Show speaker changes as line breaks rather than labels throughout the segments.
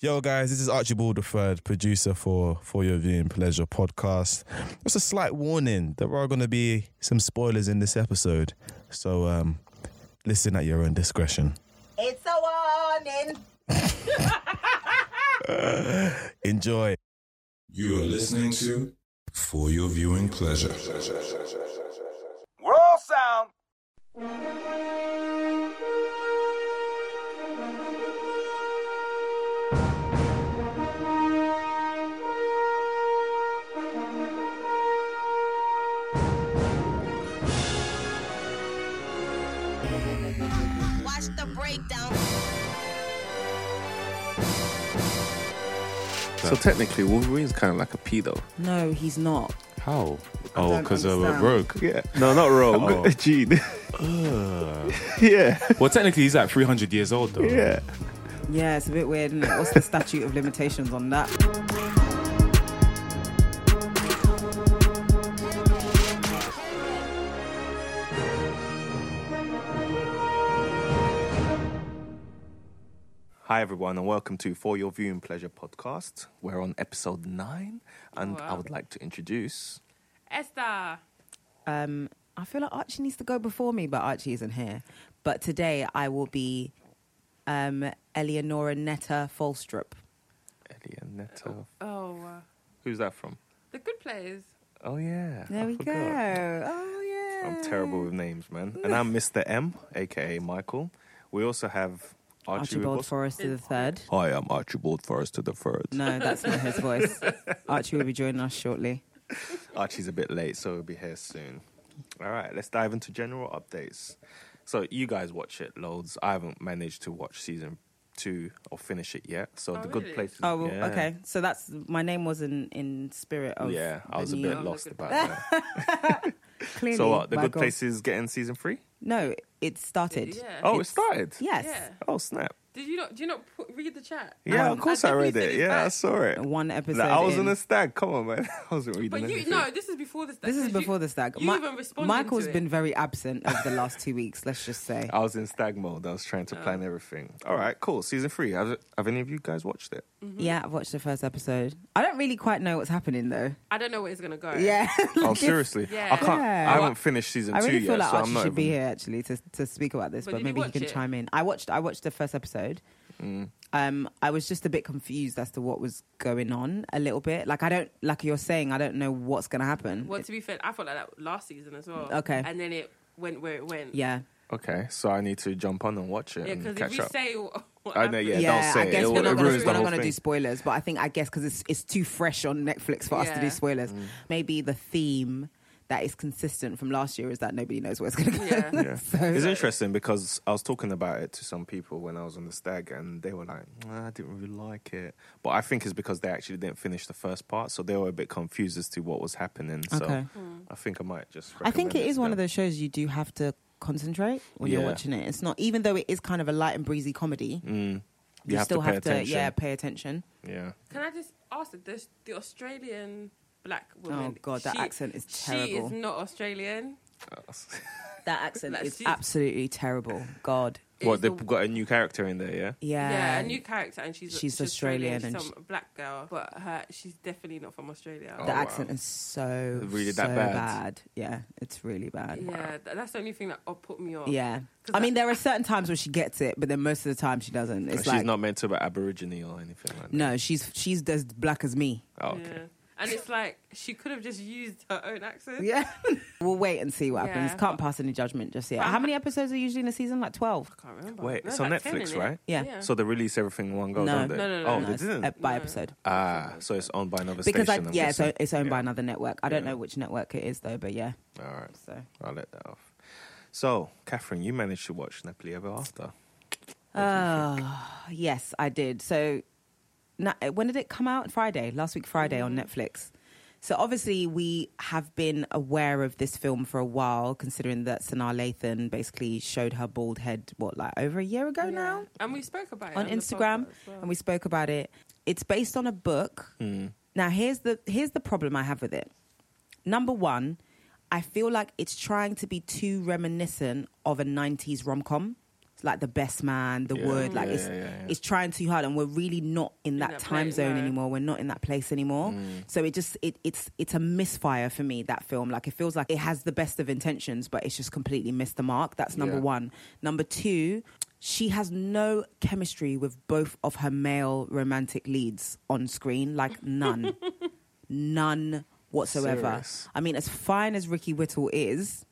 Yo, guys, this is Archibald III, producer for For Your Viewing Pleasure podcast. Just a slight warning there are going to be some spoilers in this episode. So um, listen at your own discretion.
It's a warning.
Enjoy.
You are listening to For Your Viewing Pleasure.
World sound.
Watch the breakdown.
So technically, Wolverine's kind of like a pedo.
No, he's not.
How?
Oh, don't 'cause of, uh, understand. Rogue.
Yeah. No, not Rogue.
Oh. Gene. yeah,
Well, technically, he's like 300 years old, though.
yeah.
Yeah, it's a bit weird. Isn't it? What's the statute of limitations on that?
Hi, everyone, and welcome to For Your Viewing Pleasure podcast. We're on episode nine, and I would like to introduce.
Esther.
Um, I feel like Archie needs to go before me, but Archie isn't here. But today I will be um, Eleonora Netta Falstrup.
Elianetta.
Oh, uh,
Who's that from?
the good players.
Oh, yeah.
There
I
we
forgot.
go. Oh yeah.
I'm terrible with names, man. And I'm Mr. M, aka Michael. We also have Archie with
Archibald
us.
Forrester the third.
Hi, Oh, I'm Archibald Forrester the Third.
No, that's not his voice. Archie will be joining us shortly.
Archie's a bit late, so he'll be here soon. All right, let's dive into general updates. So you guys watch it loads. I haven't managed to watch season two or finish it yet. So
Oh,
the good
really?
place.
Oh, well, okay. So that's my name wasn't in spirit of
Yeah, I
the
was a
new-
bit
Oh,
lost
look at
about that.
Clearly,
so what? The
by
good
God.
place is getting season three.
No, it started.
Yeah.
Oh,
It's-
it started.
Yes.
Yeah.
Oh snap!
Did you not? Do you not put, read the chat?
Yeah,
Um,
of course
I
I,
think we
read
said
it.
it's
Yeah, I
back.
saw it.
One episode.
Like, I was
in.
on a stag. Come on, man. I wasn't reading.
But you
anything.
no. This is before the stag.
This is
'cause you-
before the stag.
You
Mi-
even responded.
Michael's
to
been
It.
very absent over the last two weeks. Let's just say.
I was in stag mode. I was trying to
Oh.
plan everything. All right, cool. Season three. Have, have any of you guys watched it?
Mm-hmm.
Yeah, I've watched the first episode. I don't really quite know what's happening though.
I don't know where it's gonna go.
Oh, seriously?
Yeah.
I can't.
Yeah.
I haven't finished season
I
two
really feel
yet,
like
so
Archie
I'm not
should be
even-
here actually to to speak about this,
But
but,
did you
maybe he
watch
can
it?
chime in. I watched I watched the first episode.
Mm.
Um, I was just a bit confused as to what was going on a little bit. Like I don't like you're saying I don't know what's going to happen.
Well, to be fair, I felt like that last season as well.
Okay.
And then it went where it went.
yeah.
Okay, so I need to jump on and watch it
Yeah.
and
Because
catch
if you
up.
say. What, what
I know,
happened-
yeah,
yeah,
don't say
I
it.
guess we're
It will-
not
it
gonna,
ruins the
we're not
whole
gonna do
thing.
spoilers, but I think I guess because it's it's too fresh on Netflix for us to do
Yeah.
spoilers.
Mm.
Maybe the theme that is consistent from last year is that nobody knows where it's going to go. uh,
Yeah.
Yeah. It's interesting because I was talking about it to some people when I was on the stag, and they were like, "Nah, "I didn't really like it," but I think it's because they actually didn't finish the first part, so they were a bit confused as to what was happening. So
Okay.
Hmm.
I think I might just.
I think it
recommend
is one
to
of
them.
those shows you do have to concentrate when you're
Yeah. Mm,
watching it. It's not even though it is kind of a light and breezy comedy, you,
have to
still
pay
have to
attention.
yeah pay attention.
Yeah.
Can I just ask that the, the Australian black woman?
Oh, God, that accent is
She
terrible.
is not Australian.
That accent
Like,
is
she's-
absolutely terrible. God,
What
It's the-
they've got a new character in there, yeah.
yeah,
yeah, a new character, and she's
she's Australian and
she's some black girl, but her she's definitely not from Australia.
the accent is so
Oh, Really
so
that bad?
Yeah, it's really bad.
Yeah, th- that's the only thing that uh, put me off.
Yeah.
'Cause
I mean,
that-
there are certain times where she gets it, but then most of the time she doesn't. It's
She's
like
not meant to be Aborigine or anything like that.
no, she's she's as black as me.
Oh, okay.
Yeah. And it's like she could have just used her own accent.
Yeah, we'll wait and see what happens.
Yeah.
Can't pass any judgment just yet.
But-
How many episodes are usually in a season? Like twelve.
I can't remember.
Wait,
No,
it's on
like 10 in
Netflix,
it.
right?
Yeah.
So they release everything in one go,
No.
don't they?
No, no, no,
oh,
no.
they
it's
didn't.
ep- by
No.
episode.
ah, so it's owned by another
Because I,
station. I'm
yeah, so
guessing.
it's owned by
Yeah.
another network. I don't
Yeah.
know which network it is though, but yeah.
All right,
So
I'll let that off. So, Catherine, you managed to watch Napoli Ever After.
Uh, Oh, yes, I did. So na- eh, when did it come out? Friday, last week Friday on Netflix. So obviously we have been aware of this film for a while, considering that Sanaa Lathan basically showed her bald head what like over a year ago now.
And we spoke about it
on
the
Instagram
podcast as well.
and we spoke about it. It's based on a book.
Mm.
Now here's the here's the problem I have with it. Number 1, I feel like it's trying to be too reminiscent of a 90s rom-com. like the best man, the
Yeah.
wood. Like
Yeah,
it's
yeah, yeah, yeah.
it's trying too hard, and we're really not in that,
that
time
place,
zone
no.
anymore. We're not in that place anymore. So it just it it's it's a misfire for me. That film, like it feels like it has the best of intentions, but it's just completely missed the mark. That's number
Yeah.
one. Number two. She has no chemistry with both of her male romantic leads on screen, like none. none whatsoever.
Serious.
I mean, as fine as Ricky Whittle is,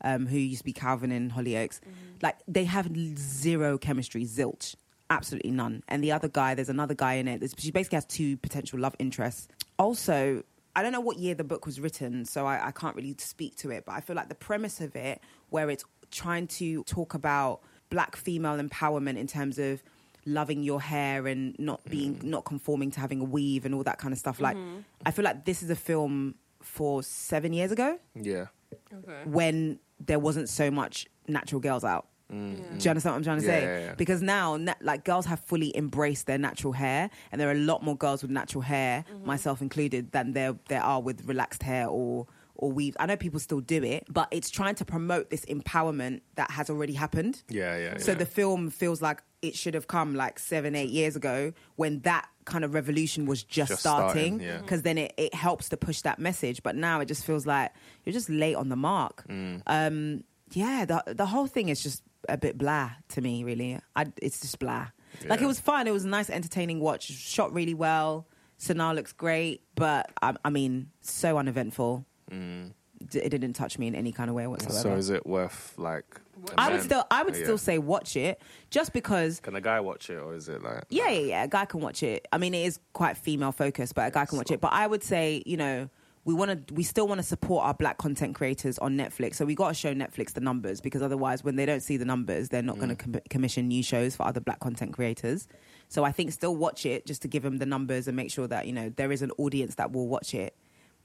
um, who used to be Calvin in Hollyoaks, like they have zero chemistry, zilch, absolutely none. And the other guy, there's another guy in it. There's- She basically has two potential love interests. Also, I don't know what year the book was written, so I, I can't really speak to it. But I feel like the premise of it, where it's trying to talk about black female empowerment in terms of loving your hair and not being
Mm.
not conforming to having a weave and all that kind of stuff like
Mm-hmm.
i feel like this is a film for seven years ago
Yeah.
Okay.
when there wasn't so much natural girls out do you understand what i'm trying to
Mm-hmm. Yeah,
say
yeah, yeah.
because now na- like girls have fully embraced their natural hair and there are a lot more girls with natural hair
Mm-hmm.
myself included than there there are with relaxed hair or or weaves i know people still do it but it's trying to promote this empowerment that has already happened
Yeah, yeah.
so
yeah.
the film feels like it should have come like seven, eight years ago when that kind of revolution was just,
Just
starting.
starting, yeah.
Because then it, it helps to push that message. But now it just feels like you're just late on the mark.
Mm.
Um, yeah, the, the whole thing is just a bit blah to me, really. I, it's just blah. Like it
Yeah.
was fun. It was a nice, entertaining watch. Shot really well. Sonar looks great. But I, I mean, so uneventful. D- It didn't touch me in any kind of way whatsoever.
Mm. So is it worth like? a
I would
man-
still, I would
Yeah.
still say watch it, just because.
Can a guy watch it, or is it like?
Yeah, yeah, yeah. A guy can watch it. I mean, it is quite female focused, but a guy can watch it. But I would say, you know, we want to, we still want to support our black content creators on Netflix. So we got to show Netflix the numbers because otherwise, when they don't see the numbers, they're not
Mm.
going to com- commission new shows for other black content creators. So I think still watch it just to give them the numbers and make sure that you know there is an audience that will watch it.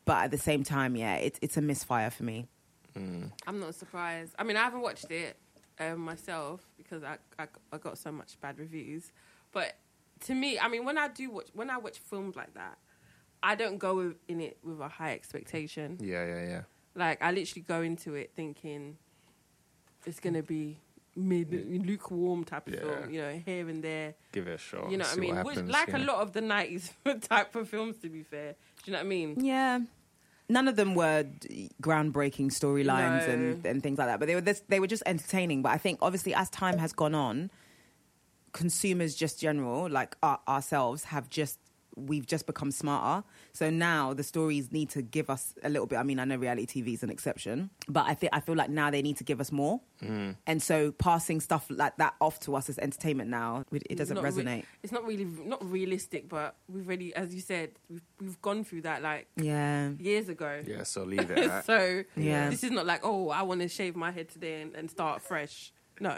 But at the same time, yeah, it's it's a misfire for me.
I'm not surprised. I mean, I haven't watched it um, myself because I, I I got so much bad reviews. But to me, I mean, when I do watch when I watch films like that, I don't go with, in it with a high expectation.
Yeah, yeah, yeah.
Like I literally go into it thinking it's gonna be mid lukewarm type of
Yeah.
film, you know, here and there.
Give it a shot.
You know what I
see
mean?
What
Which,
happens,
like
you
a
know.
lot of the nineties type of films, to be fair. Do you know what I mean?
Yeah. None of them were d- groundbreaking storylines
No.
and, and things like that, but they were this, they were just entertaining. But I think obviously as time has gone on, consumers just general like our, ourselves have just we've just become smarter. So now the stories need to give us a little bit. I mean, I know reality TV is an exception, but I think I feel like now they need to give us more. And so passing stuff like that off to us as entertainment now, it, it doesn't
not re-
resonate.
it's not really not realistic, but we've really, as you said, we've we've gone through that like
yeah.
years ago.
Yeah, so leave it. at that.
so
Yeah.
this is not like oh, I want to shave my head today and, and start fresh. No,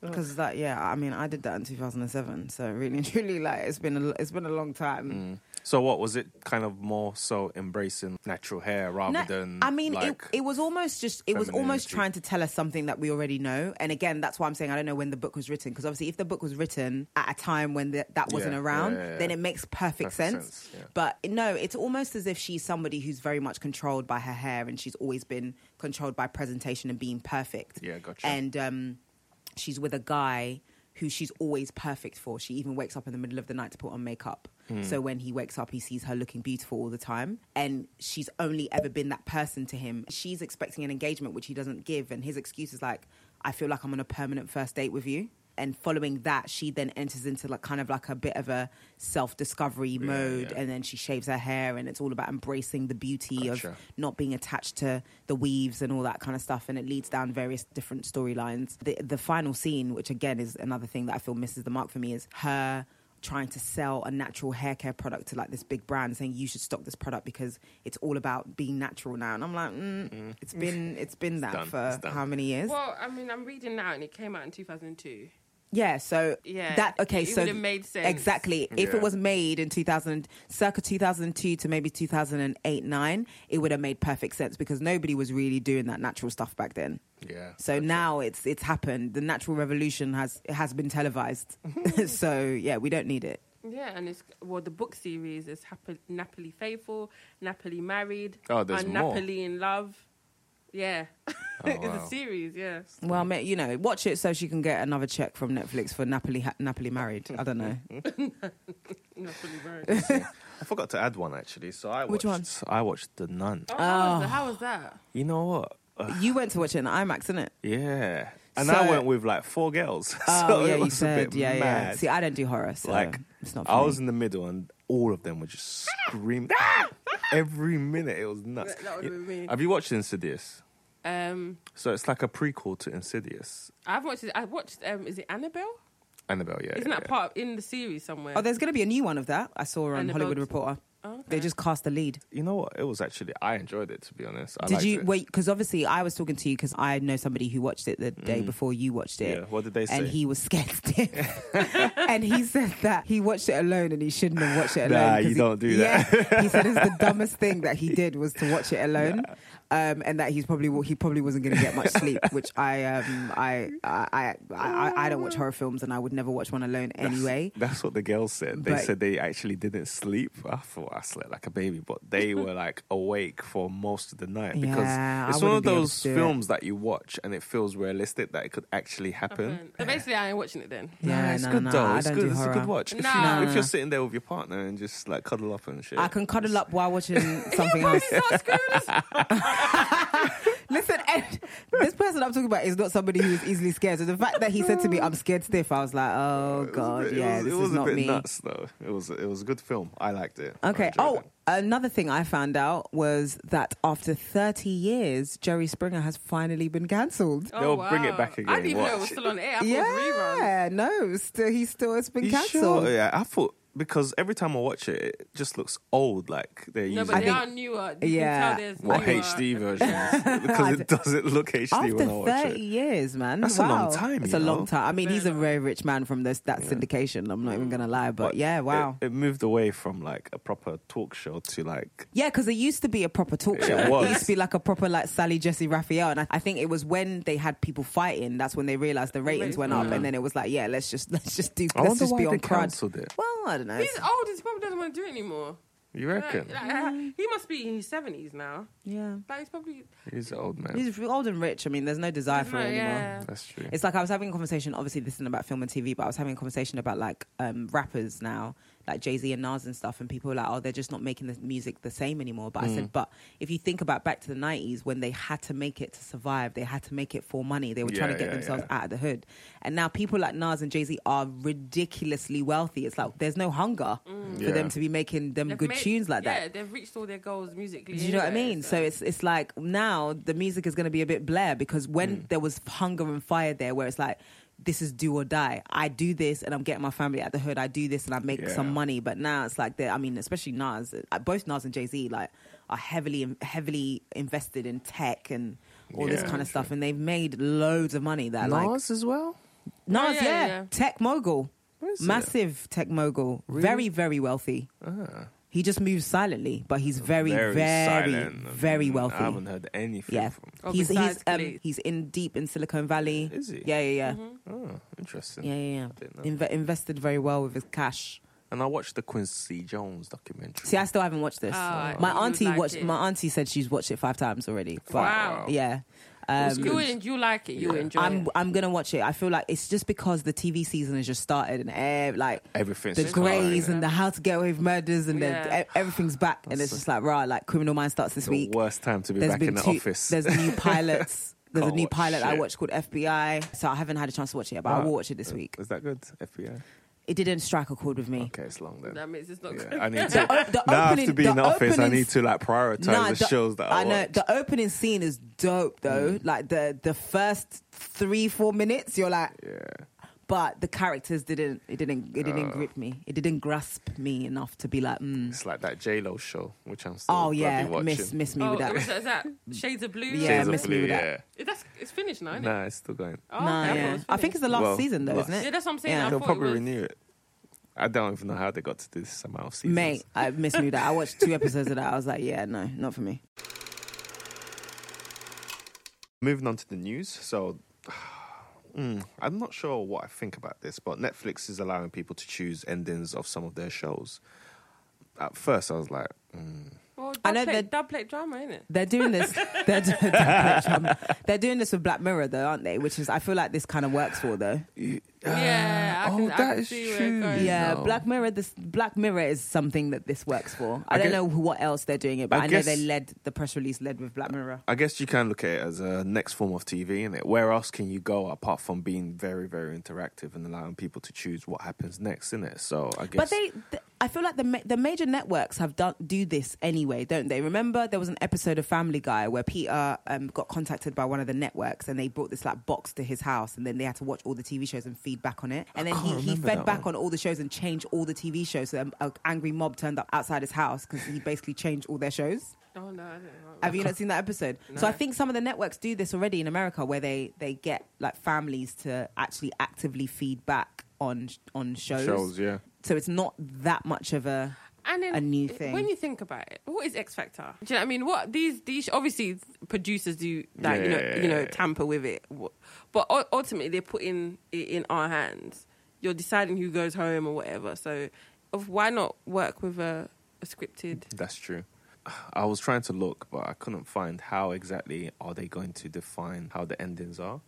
Because that, yeah, I mean, I did that in 2007, so really, and truly, like it's been a, it's been a long time.
So what was it? Kind of more so embracing natural hair rather
No,
than.
I mean,
like,
it, it was almost just it was almost
femininity.
trying to tell us something that we already know. And again, that's why I'm saying I don't know when the book was written, because obviously, if the book was written at a time when the, that wasn't
Yeah,
around,
yeah, yeah, yeah.
then it makes perfect,
Perfect
sense.
sense, yeah.
But no, it's almost as if she's somebody who's very much controlled by her hair, and she's always been controlled by presentation and being perfect.
Yeah, gotcha.
And um, she's with a guy who she's always perfect for. She even wakes up in the middle of the night to put on makeup. So when he wakes up, he sees her looking beautiful all the time. And she's only ever been that person to him. She's expecting an engagement, which he doesn't give. And his excuse is like, I feel like I'm on a permanent first date with you. And following that, she then enters into like kind of like a bit of a self discovery mode. And then she shaves her hair, and it's all about embracing the beauty of
Gotcha.
not being attached to the weaves and all that kind of stuff, and it leads down various different storylines. The, the final scene, which again is another thing that I feel misses the mark for me, is her trying to sell a natural hair care product to like this big brand saying you should stock this product because it's all about being natural now and i'm like mm, it's been it's been that
done, it's
for
done.
how many years
well, I mean, I'm reading now, and it came out in 2002.
yeah so
Yeah,
that okay
it
so
would've made sense.
exactly if
Yeah.
it was made in 2000 circa 2002 to maybe 2008 9 it would have made perfect sense because nobody was really doing that natural stuff back then
Yeah.
So now it's it's happened. The natural revolution has it has been televised. so yeah, we don't need it.
Yeah, and it's well, the book series is Happ- Napoli Faithful, Napoli Married,
Oh, there's
and
more. Oh,
Napoli in Love. Yeah. it's
wow.
a series, yeah.
Well, ma- you know, watch it so she can get another check from Netflix for Napoli ha- Napoli married. I don't know.
Not fully grown.
I forgot to add one actually. So I
Which
watched,
one?
I watched The Nun.
Oh, how, was that? how was that?
You know what? Uh,
you went to watch it in IMAX, didn't it?
yeah. And
So-
I went with like four girls.
Oh
so
yeah,
it
you
was a
said
bit
yeah, yeah.
mad.
See, I don't do horror, so
like
it's not. For
I
me.
was in the middle and all of them were just screaming
Ah!
every minute. It was nuts.
That- that would've been me.
Have you watched Insidious?
Um,
So it's like a prequel to Insidious.
I've watched. I watched. Um, is it Annabelle?
Annabelle, yeah.
Isn't
yeah,
that part in the series somewhere?
Oh, there's going to be a new one of that. I saw on
And
Hollywood
about-
Reporter.
Oh, okay.
They just cast the lead.
You know what? It was actually I enjoyed it to be honest. I
Did
liked
you
it.
wait? Because obviously, I was talking to you because I know somebody who watched it the day before you watched it.
Mm. Yeah, what did they
And
say?
he was scared stiff, and he said that he watched it alone, and he shouldn't have watched it alone.
Nah,
'cause
you
he-
don't do that.
Yeah, he said it's the dumbest thing that he did was to watch it alone, um, and that he's probably he probably wasn't going to get much sleep. Which I um I I, I I I don't watch horror films, and I would never watch one alone anyway.
That's what the girls said. They
But-
said they actually didn't sleep. I thought I slept like a baby, but they were like awake for most of the night because
Yeah, I
it's one of
wouldn't be able
those
to do it.
films that you watch and it feels realistic that it could actually happen.
So basically, I ain't watching it then.
Yeah,
it's
no,
good
no,
though.
I
it's
don't
good.
do
it's a
horror.
good watch. If, you,
Nah.
if you're sitting there with your partner and just like cuddle up and shit,
I can cuddle up while watching something
Probably
else.
start screwing us.
Listen, and this person I'm talking about is not somebody who is easily scared. So the fact that he said to me, "I'm scared stiff," I was like, "Oh
It was a
God,
bit-
yeah,
it was,
this
it was
is not
a bit
me."
nuts though. It was it was a good film. I liked it. I
Okay.
enjoyed
Oh,
it.
another thing I found out was that after 30 years, Jerry Springer has finally been cancelled.
Oh,
They'll bring it back
I
again,
didn't even know it
watch
was
it.
still on air. I yeah. reruns.
yeah, no, still he still has been
You
cancelled.
Sure? Yeah, I thought because every time I watch it, it just looks old. Like they're
No,
using
but
I
they
think-
are newer. You
Yeah.
can tell there's
what
newer.
HD version because it doesn't look HD
After
when I watch
30
it.
years, man.
That's a
wow.
long time,
It's a
you
long
know?
time. I mean, he's a very rich man from this that syndication. I'm not even going to lie, but, yeah, wow.
Mm. It, it moved away from like a proper talk show to like
Yeah, because it used to be a proper talk
It
show. It,
was.
used to be like a proper like Sally Jesse Raphael, and I, I think it was when they had people fighting. That's when they realized the ratings went up, and then it was like, yeah, let's just let's just do
Mm. I
let's
wonder
just be
why
on
they
crud.
cancelled it.
Well, I don't know.
He's old. He probably doesn't want to do it anymore.
You
Like,
reckon?
like, uh, He must be in his seventies now.
yeah,
Like he's probably.
He's an old man.
he's old and rich. I mean, there's no desire for it anymore.
yeah.
That's true.
It's like I was having a conversation. Obviously, this isn't about film and TV, but I was having a conversation about like um, rappers now, like Jay Z and Nas and stuff. And people were like, "Oh, they're just not making the music the same anymore." But
Mm.
I said, "But if you think about back to the '90s when they had to make it to survive, they had to make it for money. They were trying
Yeah,
to get
yeah,
themselves
yeah.
out of the hood. And now people like Nas and Jay Z are ridiculously wealthy. It's like there's no hunger for
Mm. Yeah.
them to be making them
They've
good
made-
tunes like that.
Yeah, they've reached all their goals musically.
Do you know what I
anyway,
mean? So it's it's like now the music is going to be a bit blare because when
Mm.
there was hunger and fire there, where it's like this is do or die. I do this and I'm getting my family out the hood. I do this and I make some
Yeah.
money. But now it's like that. I mean, especially Nas, uh, both Nas and Jay Z, like are heavily heavily invested in tech and all this
Yeah.
kind of stuff, and they've made loads of money. That like Nas,
as well.
Oh,
yeah,
yeah, yeah.
tech mogul, massive tech mogul, very very wealthy.
Ah.
He just moves silently, but he's very, very, very,
silent. Mm,
wealthy.
I haven't heard anything
Yeah,
from.
Oh,
he's he's
besides
um,
Khalid.
he's in deep in Silicon Valley.
Is he?
Yeah, yeah, yeah,
Mm-hmm.
Oh, interesting.
yeah, yeah.
I didn't
yeah.
know.
Inve- invested very well with his cash.
And I watched the Quincy Jones documentary.
See, I still haven't watched this.
Oh, I
my
thought you would
auntie
like
watched.
it.
My auntie said she's watched it five times already. But,
Wow.
Yeah.
so you en- you like it. You enjoy
um, I'm
it.
I'm gonna watch it. I feel like it's just because the TV season has just started and ev- like
Everything's
the
just starting.
Greys and the How to Get Away with Murders and
Yeah.
the, e- everything's back and it's just like rah like Criminal Minds starts this
the
week.
worst time to be
There's
back in the
two-
office.
There's new pilots. There's a
Can't
new
watch
pilot I
shit.
watched called FBI, so I haven't had a chance to watch it, but I will watch it this week.
Is that good? FBI.
It didn't strike a chord with me.
Okay, it's long then.
That means it's not.
Yeah,
good.
I need to.
The o- the
now I have to
opening-
be in the office. I
opening
need to like prioritize
Nah,
the, shows that I,
know
watch. Mm.
the opening scene is dope though. Like the the first three four minutes, you're like,
yeah.
but the characters didn't. It didn't. It
Uh.
didn't grip me. It didn't grasp me enough to be like, mm.
It's like that J Lo show, which I'm still
oh
bloody
yeah,
watching.
miss miss me
Oh,
with that.
what's that? Is that Shades of Blue?
Yeah,
Shades of
miss me
Blue,
with that.
yeah.
It- that's it's finished now. Isn't it?
Nah, it's still going.
Oh, okay,
Nah,
I thought it
yeah.
was
I think it's
finished.
the last
Well,
season though,
last-
isn't
Yeah,
it?
that's what I'm saying.
Yeah.
I
They'll
thought
probably
it was,
renew it. I don't even know how they got to this amount of seasons.
Mate, I miss me with that. I watched two episodes of that. I was like, yeah, no, not for me.
Moving on to the news. So, mm, I'm not sure what I think about this, but Netflix is allowing people to choose endings of some of their shows. At first, I was like, mm,
Well,
I know
dub plate,
that-
dub plate drama, isn't it?
They're doing this. They're, do- they're, doing this with Black Mirror, though, aren't they? Which is, I feel like this kind of works for though.
Yeah, I
oh,
can-
that
I can
is
see where it
true.
goes.
Yeah,
No.
Black Mirror. This Black Mirror is something that this works for. I,
I
don't
guess-
know who- what else they're doing it, but
I
I, know
guess-
they led the press release led with Black Mirror.
I guess you can look at it as a next form of TV, innit? Where else can you go apart from being very, very interactive and allowing people to choose what happens next, innit? So I guess.
But they, th- I feel like the ma- the major networks have done do this anyway, don't they? Remember there was an episode of Family Guy where Peter um, got contacted by one of the networks and they brought this like box to his house and then they had to watch all the TV shows and feed back on it. And then he, he fed back on all the shows and changed all the TV shows. So an angry mob turned up outside his house because he basically changed all their shows.
Oh no, I don't know.
Have you not seen that episode? So I think some of the networks do this already in America, where they they get like families to actually actively feed back on on shows.
Shows, yeah.
So it's not that much of a.
and then
a new
it-
thing.
When you think about it, what is X Factor? Do you know what I mean? What these these obviously producers do that you know you know tamper with it, Wha- but u- ultimately they're putting it in our hands. You're deciding who goes home or whatever. So, of why not work with a, a scripted?
That's true. I was trying to look, but I couldn't find how exactly are they going to define how the endings are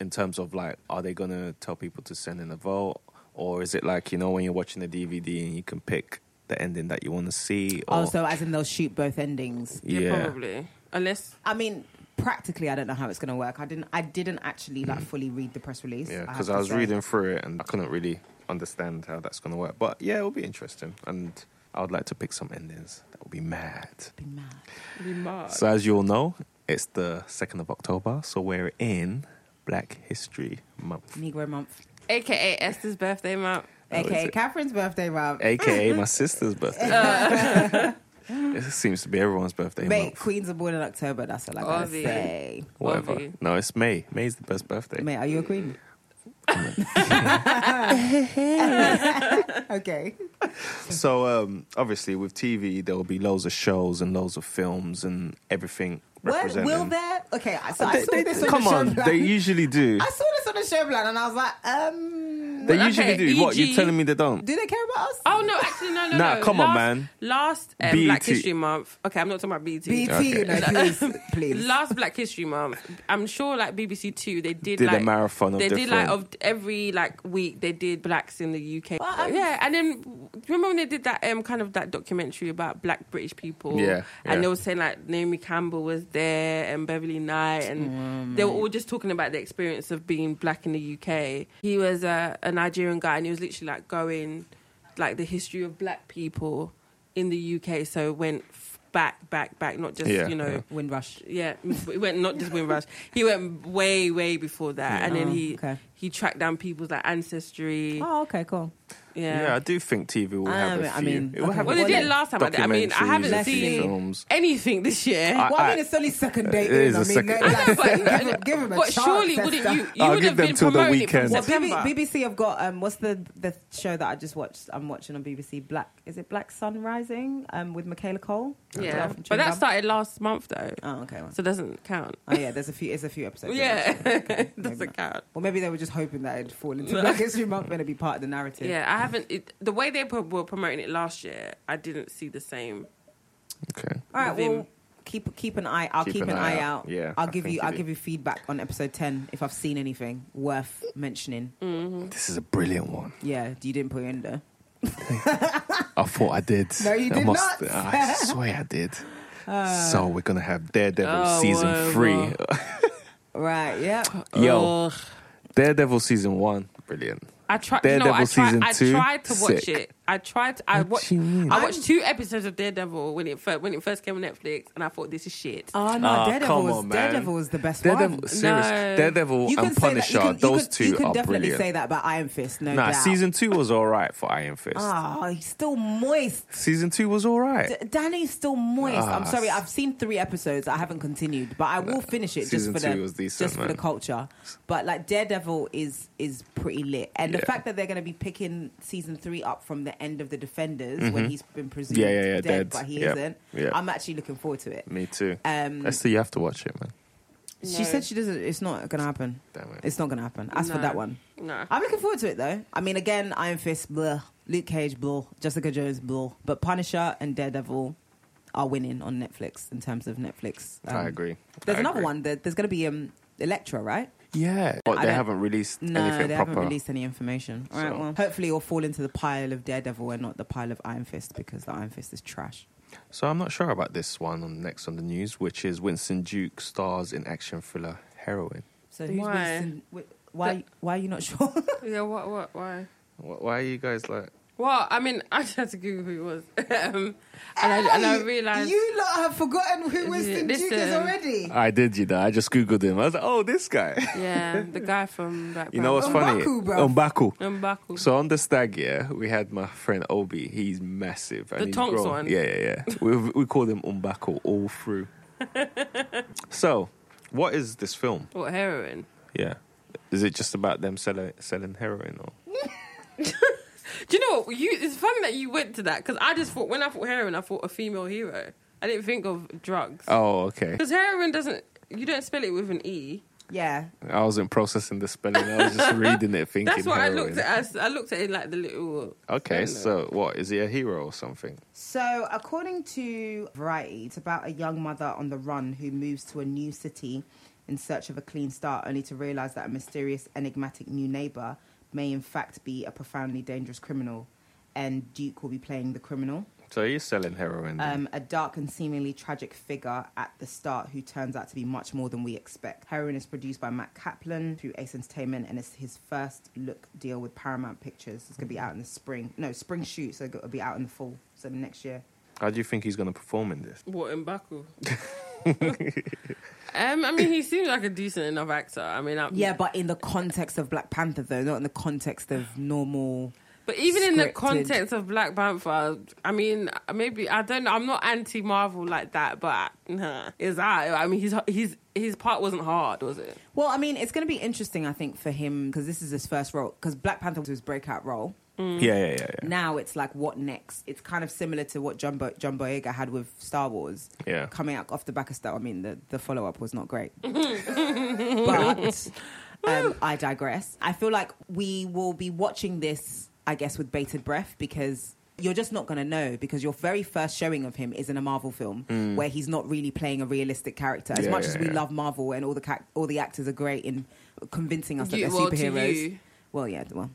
in terms of like, are they going to tell people to send in a vote? Or is it like, you know, when you're watching a DVD and you can pick the ending that you want to see? Or,
Also, oh, as in they'll shoot both endings.
yeah.
probably. Unless
I mean, practically, I don't know how it's going to work. I didn't. I didn't actually like fully read the press release.
Mm. Yeah,
have
because
to
I was
say.
reading through it and I couldn't really understand how that's going to work. But yeah, it'll be interesting. And I would like to pick some endings. That would be mad.
Be mad.
be March.
So, as you all know, it's the 2nd of October. So, we're in Black History Month,
Negro month,
AKA Esther's birthday month.
aka
Oh, it?
Catherine's birthday month.
aka my sister's birthday. it seems to be everyone's birthday
Mate,
month.
Queens are born in October. That's all I gotta
Obvi.
say.
Whatever.
Obvi.
No, it's May. May's the best birthday.
Mate, are you a queen? okay.
So, um, obviously, with TV, there will be loads of shows and loads of films and everything.
Where,
Representing.
will there? Okay, I- so I
They-
saw
they-
this on
come
the show
on,
plan.
they usually do.
I saw this on the show plan, and I was like, um,
They
Well,
usually
okay,
do. What you
EG.
telling me they don't?
do they care about us?
Oh no, actually no no
Nah,
no.
come
last,
on, man. E
Last um,
BET.
Black History Month. Okay, I'm not talking about E BT.
BT, you know, please, please.
last Black History Month, I'm sure like BBC Two, they did,
Did a
like,
marathon of
they did like
different-
of every like week they did blacks in the UK.
Well, I'm-
yeah, and then do you remember when they did that um kind of that documentary about Black British people?
Yeah, yeah.
and they were saying like Naomi Campbell was there and Beverly Knight, and they were all just talking about the experience of being black in the UK. He was a, a Nigerian guy, and he was literally like going like the history of black people in the UK. So it went. f- Back, back, back, not just,
Yeah,
you know,
yeah.
Windrush.
yeah, he went not just Windrush. He went way, way before that, and then
Oh,
he
okay.
he tracked down people's like ancestry.
Oh, okay, cool.
Yeah.
Yeah, I do think TV will have a
Um, I
few.
mean,
it will
okay.
have
Well,
a
they
few
did last time. I, I mean, I
documentaries
haven't
and
seen
films.
anything this year.
I-
Well, I, mean, it's only second date.
It
in,
is
I
a
mean,
second-
let-
I know,
like,
but,
give, him- give him a
but
chance.
surely wouldn't
Esther.
you? You
I'll
would
give
have
them
been
till the
promoting it from
weekend.
Well, BB,
September.
BBC have got um, what's the the show that I just watched? I'm watching on BBC Black. Is it Black Sun Rising? Um, with Michaela Cole.
yeah,
From
but that
Trinidad.
started last month though,
Oh, okay. well.
so it doesn't count.
Oh yeah, there's a few. There's a few episodes.
Yeah,
maybe
doesn't
not.
count.
Well, maybe they were just hoping that it'd fall into Black History Month and it'd be part of the narrative.
Yeah, I haven't. It, the way they pro- were promoting it last year, I didn't see the same.
Okay.
All right.
Within-
Well, keep keep an eye. I'll keep, an, eye out.
Yeah,
I'll
I
give
think
you.
you
I'll
do.
give you feedback on episode ten if I've seen anything worth mentioning.
This is a brilliant one.
Yeah. You didn't put it in there.
I thought I did. Uh.
No, you
I
did not.
I swear I did. so we're gonna have Daredevil
Oh,
season
well,
three.
Right. Yeah.
Yo,
Ugh.
Daredevil seseason one, brilliant.
I tried. You know,
Daredevil
I tried.
season
I
two,
tried to watch
sick.
it. I tried. To, I
What
watched.
do you mean?
I watched two episodes of Daredevil when it first, when it first came on Netflix, and I thought this is shit.
Oh no,
Ah,
Daredevil
come
was
on, man.
Daredevil was the best
Daredevil,
one.
serious.
No.
Daredevil
You
and
say that-
Punisher,
you can- you
those
could-
two
You can
are
definitely
brilliant.
say that about Iron Fist, no
nah,
doubt.
season two was all right for Iron Fist.
Ah, he's still moist.
Season two was all right.
D- Danny's still moist. I'm
Ah,
sorry,
s-
I've seen three episodes. I haven't continued, but I will finish it just
season
for
two
the
was decent,
just for the
man.
culture. But like Daredevil is is pretty lit, and the
Yeah.
fact that they're going to be picking season three up from the end of the Defenders when he's been presumed
Mm-hmm. Yeah, yeah, yeah,
dead,
dead.
but he
Yeah,
isn't.
yeah.
I'm actually looking forward to it.
Me too.
Um,
Esther, you have to watch it, man.
She said she doesn't. It's not going to happen.
Damn it.
It's not going to happen. As for
No.
that one,
No.
I'm looking forward to it though. I mean, again, Iron Fist, blah. Luke Cage, blah. Jessica Jones, blah. But Punisher and Daredevil, are winning on Netflix in terms of Netflix.
I
um,
agree.
There's
I
another
agree.
one. That, there's going to be um, Electra, right?
Yeah, but
I
they
don't-
haven't released
No,
anything
they
proper.
haven't released any information. All right,
So-
well, hopefully you'll fall into the pile of Daredevil and not the pile of Iron Fist because the Iron Fist is trash.
So I'm not sure about this one on next on the news, which is Winston Duke stars in action thriller Heroin.
So who's
Why?
Winston- wi- why? Why are you not sure?
Yeah, what, what, why?
Wh- Why are you guys like?
Well, I mean, I just had to Google who it was. um, and, I, and I realized.
you lot have forgotten who Winston Duke is
Listen.
already.
I did, you know. I just googled him. I was like, oh, this guy.
Yeah, the guy from Black
You know what's funny?
Panther.
M'Baku, bruv.
Umbaku.
M'Baku.
So on the stag, yeah, we had my friend Obi. He's massive. And
The
he's
Tonks
grown.
one?
Yeah, yeah, yeah. we we called him Umbaku all through. so, what is this film?
What heroin?
Yeah, is it just about them selling selling heroin or?
Do you know what? You, it's funny that you went to that because I just thought when I thought heroin, I thought a female hero. I didn't think of drugs
Oh, okay.
because heroin doesn't. You don't spell it with an e.
Yeah,
I wasn't processing the spelling. I was just reading it, thinking.
That's what I
heroin.
looked at. as- I looked at it like the little.
Okay,
I don't know.
so what is he a hero or something?
So, according to Variety, it's about a young mother on the run who moves to a new city in search of a clean start, only to realize that a mysterious, enigmatic new neighbor may, in fact, be a profoundly dangerous criminal. And Duke will be playing the criminal,
So he's selling heroin. then.
um, a dark and seemingly tragic figure at the start who turns out to be much more than we expect. Heroin is produced by Matt Kaplan through Ace Entertainment, and it's his first look deal with Paramount Pictures. It's gonna be out in the spring, no, spring shoot, so it'll be out in the fall, so next year.
How do you think he's going to perform in this?
What in Baku? um, I mean, he seems like a decent enough actor. I mean, I,
Yeah, but in the context of Black Panther, though, not in the context of normal.
But even in the
scripted.
context of Black Panther, I mean, maybe I don't. know. I'm not anti Marvel like that, but nah, is that? I mean, his his his part wasn't hard, was it?
Well, I mean, it's going to be interesting, I think, for him because this is his first role. Because Black Panther was his breakout role.
Yeah, yeah, yeah, yeah.
Now it's like, what next? It's kind of similar to what John, Bo- John Boyega had with Star Wars.
Yeah.
Coming out off the back of Star I mean, the, the follow up was not great. but um, I digress. I feel like we will be watching this, I guess, with bated breath because you're just not going to know because your very first showing of him is in a Marvel film where he's not really playing a realistic character. As
Mm. Yeah,
much
yeah,
as we
yeah.
love Marvel and all the ca- all the actors are great in convincing us that
You-
they're
well, to
superheroes.
you.
Well, yeah, well.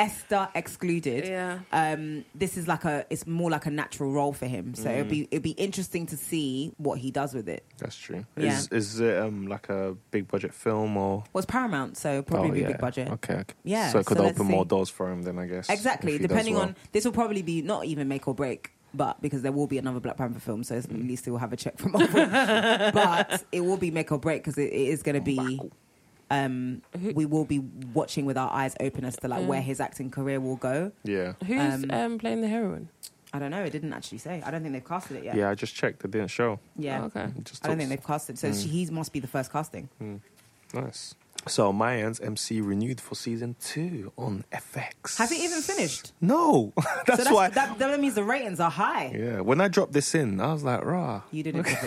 Esther excluded.
Yeah.
Um, this is like a it's more like a natural role for him. So it'll
Mm.
be it'll be interesting to see what he does with it.
That's true.
Yeah.
Is is it um like a big budget film or?
Well, it's Paramount, so probably
oh,
be
yeah.
big budget.
Okay, okay.
Yeah,
So it could
so let's
open more
see.
doors for him then, I guess.
Exactly.
if he does
Depending
well.
on this will probably be not even make or break, but because there will be another Black Panther film, so it's,
Mm.
at least he will have a check from Marvel. but it will be make or break because it, it is going to be. Um, we will be watching with our eyes open as to like
Mm.
where his acting career will go.
Yeah.
Who's um, playing the heroine?
I don't know. It didn't actually say. I don't think they've casted it yet.
Yeah, I just checked. It didn't show.
Yeah.
Oh, okay.
It just
I don't
looks
think they've casted. So
Mm.
she, he must be the first casting.
nice. So Mayans MC renewed for season two on FX.
Has it even finished?
No, that's,
so that's,
why.
that, that means the ratings are high.
yeah, when I dropped this in, I was like, rah.
You didn't put it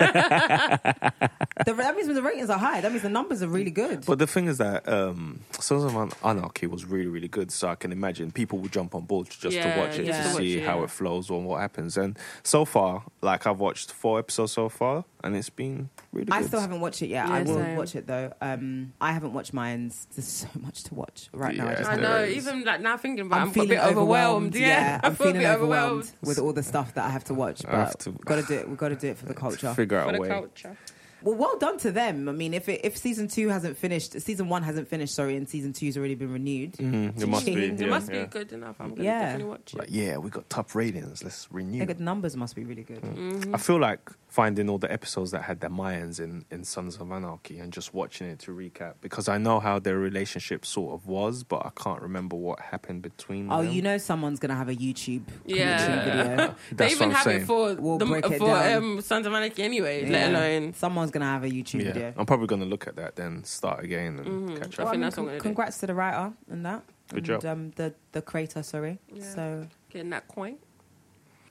in. the, that means the ratings are high. That means the numbers are really good.
But the thing is that um, Sons of An- Anarchy was really, really good. So I can imagine people would jump on board just
Yeah,
to watch it
yeah.
to
Just to
see
watch it,
how
yeah.
it flows or what happens. And so far, like I've watched four episodes so far, and it's been really.
I
good.
still haven't watched it yet. I
Yeah,
will
same.
watch it though. Um, I I haven't watched mine's. There's so much to watch right now. I
Yeah.
just
I
There
know.
is.
Even like now thinking about,
I'm,
it, I'm,
feeling
a bit overwhelmed. Yeah,
I'm
I feel a
feeling
bit
overwhelmed
overwhelmed.
with all the stuff that I have to watch. But
I have to-
we've got to do it. We've got to do it for the culture.
Figure
For
out a
the
way.
culture.
Well, well done to them. I mean, if it, if season two hasn't finished, season one hasn't finished. Sorry, and season two's already been renewed.
Mm-hmm. It must be.
It
It
yeah,
must
yeah.
be good enough. I'm gonna
Yeah.
definitely watch it.
Like, yeah, we got top ratings. Let's renew.
I think the numbers must be really good.
Mm-hmm.
I feel like finding all the episodes that had the Mayans in, in Sons of Anarchy and just watching it to recap because I know how their relationship sort of was, but I can't remember what happened between
Oh,
them.
you know, someone's gonna have a YouTube
Yeah.
connection video.
They
That's
even
what I'm
have
saying.
it for
We'll
the,
break it
for
down.
um, Sons of Anarchy anyway. Let
Yeah.
alone.
Someone's gonna have a YouTube
Yeah.
video.
I'm probably going to look at that then, start again and catch
I
up.
think
Well,
that's what I'm gonna do.
congrats to the writer and that.
Good
and,
job.
Um, the the creator, sorry.
Yeah.
So
Getting that coin.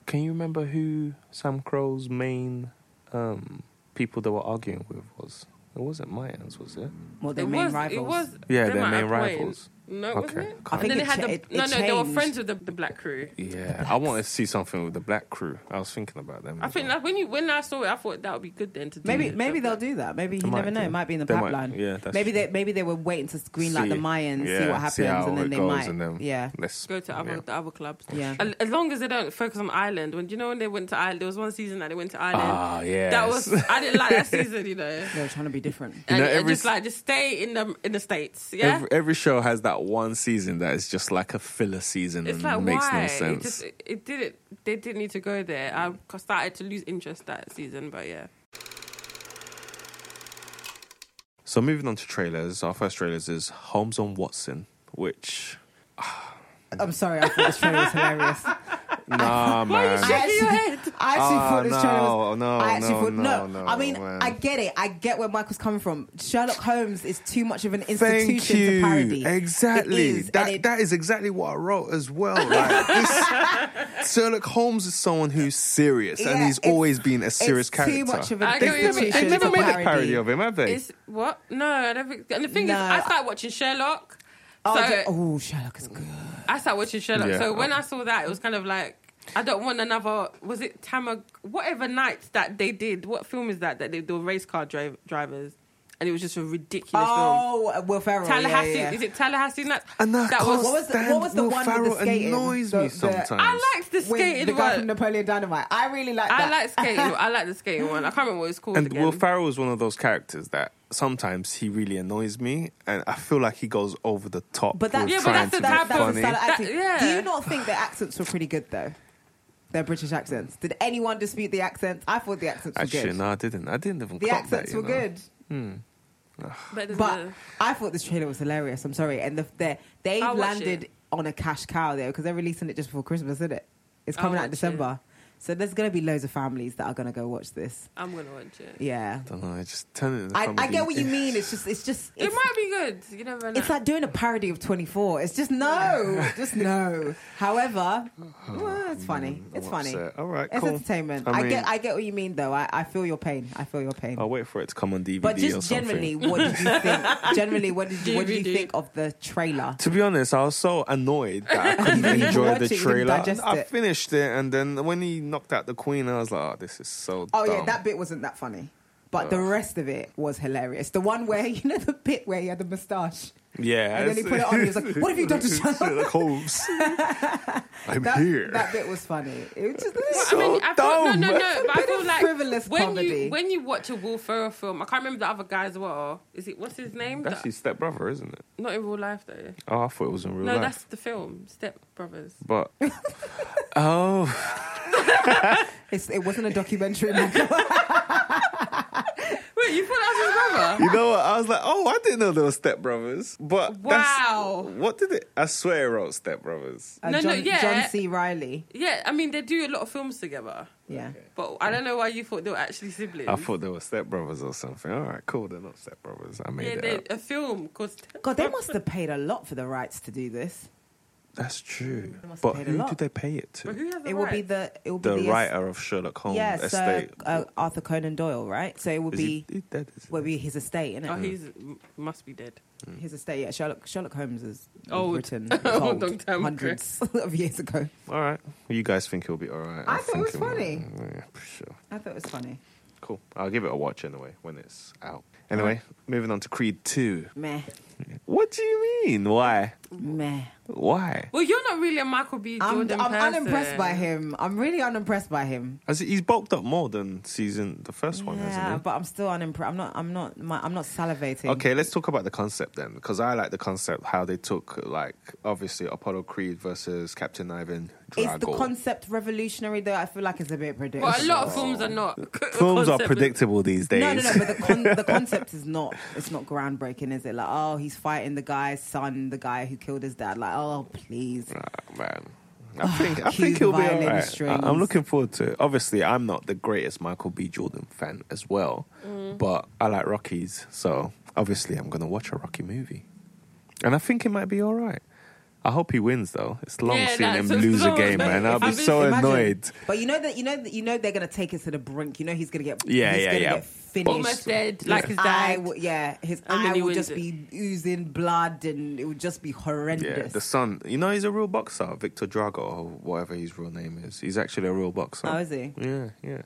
Can you remember who Sam Crow's main um, people that were arguing with was? It wasn't Mayans, was it?
well, their
it
main
was,
rivals.
It was.
Yeah,
them
their
at
main
a point.
rivals.
No, wasn't
Okay.
it?
I
think
And then
it
they had
cha-
the
it- it
no, no. They were
changed.
friends with the, the black crew.
Yeah, I want to see something with the black crew. I was thinking about them.
I
as
think
well.
that when you when I saw it, I thought that would be good then to do.
Maybe
it.
maybe they'll do that. Maybe you
might
never know.
do.
It might be in the
They might-
pipeline.
yeah, that's
maybe
true.
they maybe they were waiting to green light
See,
the Mayans, see what
yeah,
happens,
how
and then
it
they
goes
might.
and then
yeah.
let's
go to other
yeah.
the other clubs.
Yeah.
As, as long as they don't focus on Ireland. When do you know when they went to Ireland, there was one season that they went to Ireland.
Ah, yes.
That was I didn't like that season. You know.
They were trying to be different.
And,
know,
and
every
just
s-
like just stay in the in the states, yeah.
Every, every show has that one season that is just like a filler season
it's
and
like
Mm, makes
why
no sense.
it just it, it didn't they didn't need to go there. I started to lose interest that season, but yeah.
So moving on to trailers, our first trailers is Holmes on Watson, which
I'm sorry, I thought this trailer was hilarious.
nah man,
I
Shaking your head.
actually, I actually
Oh,
thought this trailer
no,
was.
no,
I actually
no,
thought, no,
no, no,
I mean,
man.
I get it. I get where Michael's coming from. Sherlock Holmes is too much of an
Thank
institution
you.
to parody.
Exactly.
It is,
that
and it-
that is exactly what I wrote as well. Like this, Sherlock Holmes is someone who's serious, and
Yeah,
he's
it's-
always been a serious
it's
character.
Too much of
I
an
get what you mean.
institution
They've never
to
made a parody of him, have they?
It's what? No, I don't think. And the thing is,
No.
I started watching Sherlock.
Oh,
so
the- oh, Sherlock is good.
I started watching Sherlock.
Yeah.
So when I saw that, it was kind of like. I don't want another. Was it Tamag? Whatever night that they did. What film is that? That they do race car dri- drivers, and it was just a ridiculous film.
Oh, Will Ferrell. yeah,
Tallahassee.
yeah, yeah.
Is it Tallahassee? Nights?
and I
that
can't
was.
What was the-
stand
what was the
Will
one with the
Farrell
skating?
annoys
The-
me
the-
sometimes.
I liked the
With the
skating
guy from
one.
Napoleon Dynamite. I really like
I
that.
like skating. I like the skating one. I can't remember what it's called.
and
again.
Will Farrell is one of those characters that sometimes he really annoys me, and I feel like he goes over the top.
But that,
with
Yeah, but
trying
that's the
to be
type of
funny.
style of acting.
That- yeah.
Do you not think the accents were pretty good though? Their British accents. Did anyone dispute the accents? I thought the accents were
Actually,
good.
no, I didn't. I didn't even.
the
clock
accents
that, you
were
know.
good.
But, there's
But
no-
I thought this trailer was hilarious. I'm sorry, and the, the, they
I'll watch
landed
it.
on a cash cow there because they're releasing it just before Christmas, isn't it? It's
I'll
coming out
watch
in December, so there's going to be loads of families that are going to go watch this.
I'm gonna watch it.
Yeah,
I don't know. I just turn it. into
I, I
comedy.
get what you mean. It's just, it's just,
It
it's,
might be good. You never know.
it's like doing a parody of 24. It's just no, just no. However, well, it's funny. It's
I'm
funny.
upset. All right,
It's
cool.
entertainment.
I
I,
mean-
get, I get what you mean Oh, though. I, I feel your pain. I feel your pain.
I'll wait for it to come on DVD
But
or
just
something.
generally, what did you think? generally, what did you, what did you
DVD.
think of the trailer?
To be honest, I was so annoyed that I couldn't
You
enjoy
watch
the
it, you can
trailer.
digest
I
it.
finished it, and then when he knocked out the queen, I was like, "Oh, this is so."
Oh yeah,
dumb."
that bit wasn't that funny, but the rest of it was hilarious. The one where you know the bit where he had the moustache
Yeah,
and then he put it on. and He was like, "What have you done to Sherlock?"
Sherlock Holmes? I'm
That,
here.
that bit was funny. It was just
I mean, I feel,
dumb.
no, no, no. But I
Bit
feel
of
like
frivolous
when
comedy.
you when you watch a Will Ferrell film, I can't remember the other guy as well. Is it what's his name?
That's
The-
his stepbrother, isn't it?
not in real life though.
Oh, I thought it was in real
No,
life.
that's the film Step Brothers.
But oh,
it's, it wasn't a documentary. Michael.
Wait, you thought that was his brother?
you know what? I was like, oh, I didn't know they were stepbrothers. But
Wow.
that's, what did it? I swear, it wrote stepbrothers.
Uh,
No, no,
John,
yeah.
John C. Riley.
Yeah, I mean they do a lot of films together,
Yeah.
but I don't know why you thought they were actually siblings.
I thought they were stepbrothers or something. All right, cool. They're not stepbrothers. I made
yeah,
it
they,
up.
a film called. Step-
God, they must have paid a lot for the rights to do this.
That's true.
must have
But
paid a
who
lot.
did they pay it
But
to?
who has the
It will be
rights?
the it will be
The
the,
writer of Sherlock Holmes
Yeah, so,
estate.
uh, Arthur Conan Doyle, right? So it will
Is
be
he, he dead, is he?
will be his estate, innit?
Oh, he's
Mm.
must be dead.
Mm-hmm.
His estate, yeah. Sherlock Sherlock Holmes is
Old.
written
Old,
it's old,
Oh, long time ago.
hundreds of years ago.
All right. You guys think he'll be all right?
I thought it was
think he'll-
funny.
Yeah, for sure.
I thought it was funny.
Cool. I'll give it a watch anyway when it's out. Anyway, moving on to Creed 2.
Meh,
What do you mean? Why?
meh.
Why?
Well, you're not really a Michael B.
I'm,
Jordan
I'm
person.
unimpressed by him. I'm really unimpressed by him.
As he's bulked up more than season the first one,
Yeah,
hasn't
but I'm still unimpressed. I'm not. I'm not. My, I'm not salivating.
he? Okay, let's talk about the concept then, because I like the concept how they took like obviously Apollo Creed versus Captain Ivan
Is
Drago.
the concept revolutionary though? I feel like it's a bit predictable.
Well, a lot of films are not.
Films are
Concept-
predictable these days.
No, no, no. But the con- the concept is not. It's not groundbreaking, is it? Like, oh, he's fighting the guy's son, the guy who killed his dad. Like, oh, please.
Ah, man. I think I
cue
think he'll be
violin
alright. I-
strings.
I'm looking forward to it. Obviously, I'm not the greatest Michael B. Jordan fan as well, but I like Rockies, so obviously I'm going to watch a Rocky movie, and I think it might be all right. I hope he wins though. It's long
Yeah,
seeing him
that's-
lose a
so-
game, man. I'll be
I've been-
so
Imagine.
annoyed.
But you know that you know that you know they're gonna take it to the brink. You know he's gonna get
Yeah,
he's
yeah,
gonna
yeah.
Get finished.
Almost dead, like his
eye,
dad.
will, yeah, his
And then
eye
he
will
wins
just be oozing blood, and it would just be horrendous.
Yeah, the son. You know, he's a real boxer, Victor Drago, or whatever his real name is. He's actually a real boxer.
Oh, is he?
Yeah, yeah.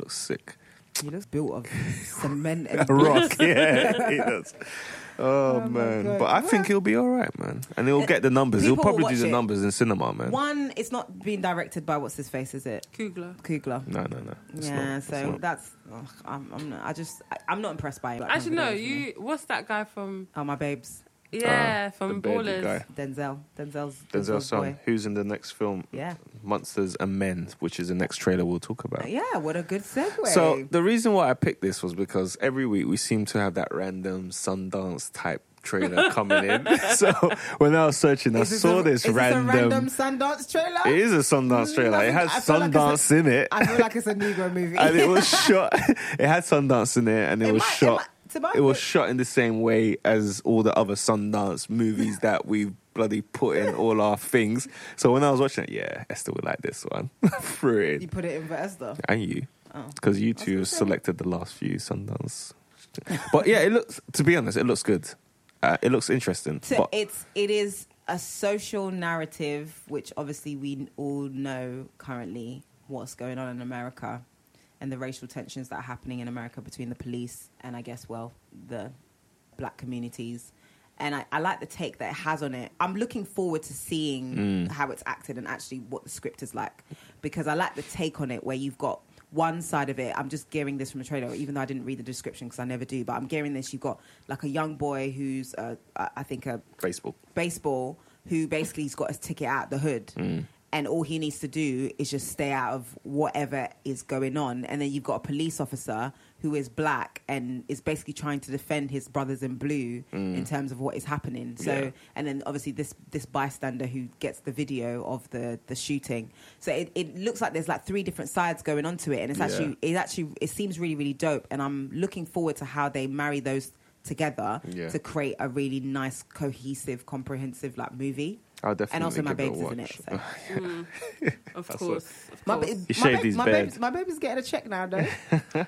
Looks sick.
He looks built of cement and
A rock, yeah, he does. Oh, man,
God.
but I think he'll be all right, man, and he'll get the numbers. He'll
people will
probably do
watch
the
it.
numbers in cinema, man.
One, it's not being directed by what's his face, is it?
Kugler.
Kugler.
No, no, no. It's
yeah,
not, it's
so
not.
that's. ugh, I'm, I'm not. I just. I, I'm not impressed by it. Black
Actually,
Panther,
no.
though, isn't
You. What's that guy from?
it? Oh, my babes,
Yeah, from
the baby
Ballers.
guy.
Denzel. Denzel's.
There's our
Denzel's
son,
boy.
who's in the next film,
Yeah.
Monsters and Men, which is the next trailer we'll talk about.
Yeah, what a good segue.
So the reason why I picked this was because every week we seem to have that random Sundance type trailer coming in. So when I was searching, I
Is this
saw
a-
this
is
random.
This a random Sundance trailer. Mm,
It is a Sundance trailer. It has
I feel like
Sundance
it's a-
in it,
I feel like it's a Negro movie.
and it was shot. It had Sundance in it, and it,
It
was
might- it
shot.
might- to my
it was
bit-
shot in the same way as all the other Sundance movies that we bloody put in all our things. So when I was watching it, yeah, Esther would like this one. Threw it. in.
you Oh. put it in for Esther.
and you, because you two have selected the last few Sundance. but yeah, it looks. To be honest, it looks good. Uh, it looks interesting.
So
but
it's it is a social narrative, which obviously we all know currently what's going on in America and the racial tensions that are happening in America between the police and I guess well the black communities. And I, I like the take that it has on it. I'm looking forward to seeing how it's acted and actually what the script is like because I like the take on it where you've got one side of it. I'm just gearing this from a trailer, even though I didn't read the description because I never do. But I'm gearing this. You've got like a young boy who's, uh, I I think, a
baseball.
baseball who basically's got his ticket out the hood.
Mm.
And all he needs to do is just stay out of whatever is going on. And then you've got a police officer who is black and is basically trying to defend his brothers in blue in terms of what is happening. So,
Mm. Yeah.
and then obviously this this bystander who gets the video of the the shooting. So it, it looks like there's like three different sides going on to it, and it's
Yeah.
actually it actually it seems really really dope. And I'm looking forward to how they marry those together
Yeah.
to create a really nice, cohesive, comprehensive like movie.
I'll definitely
and also my
give it a
babes is in it.
watch.
So. Mm-hmm.
Of course. Of
My,
course.
ba-
He
my,
shaved his
my,
beard.
baby's, my baby's getting a check now, though.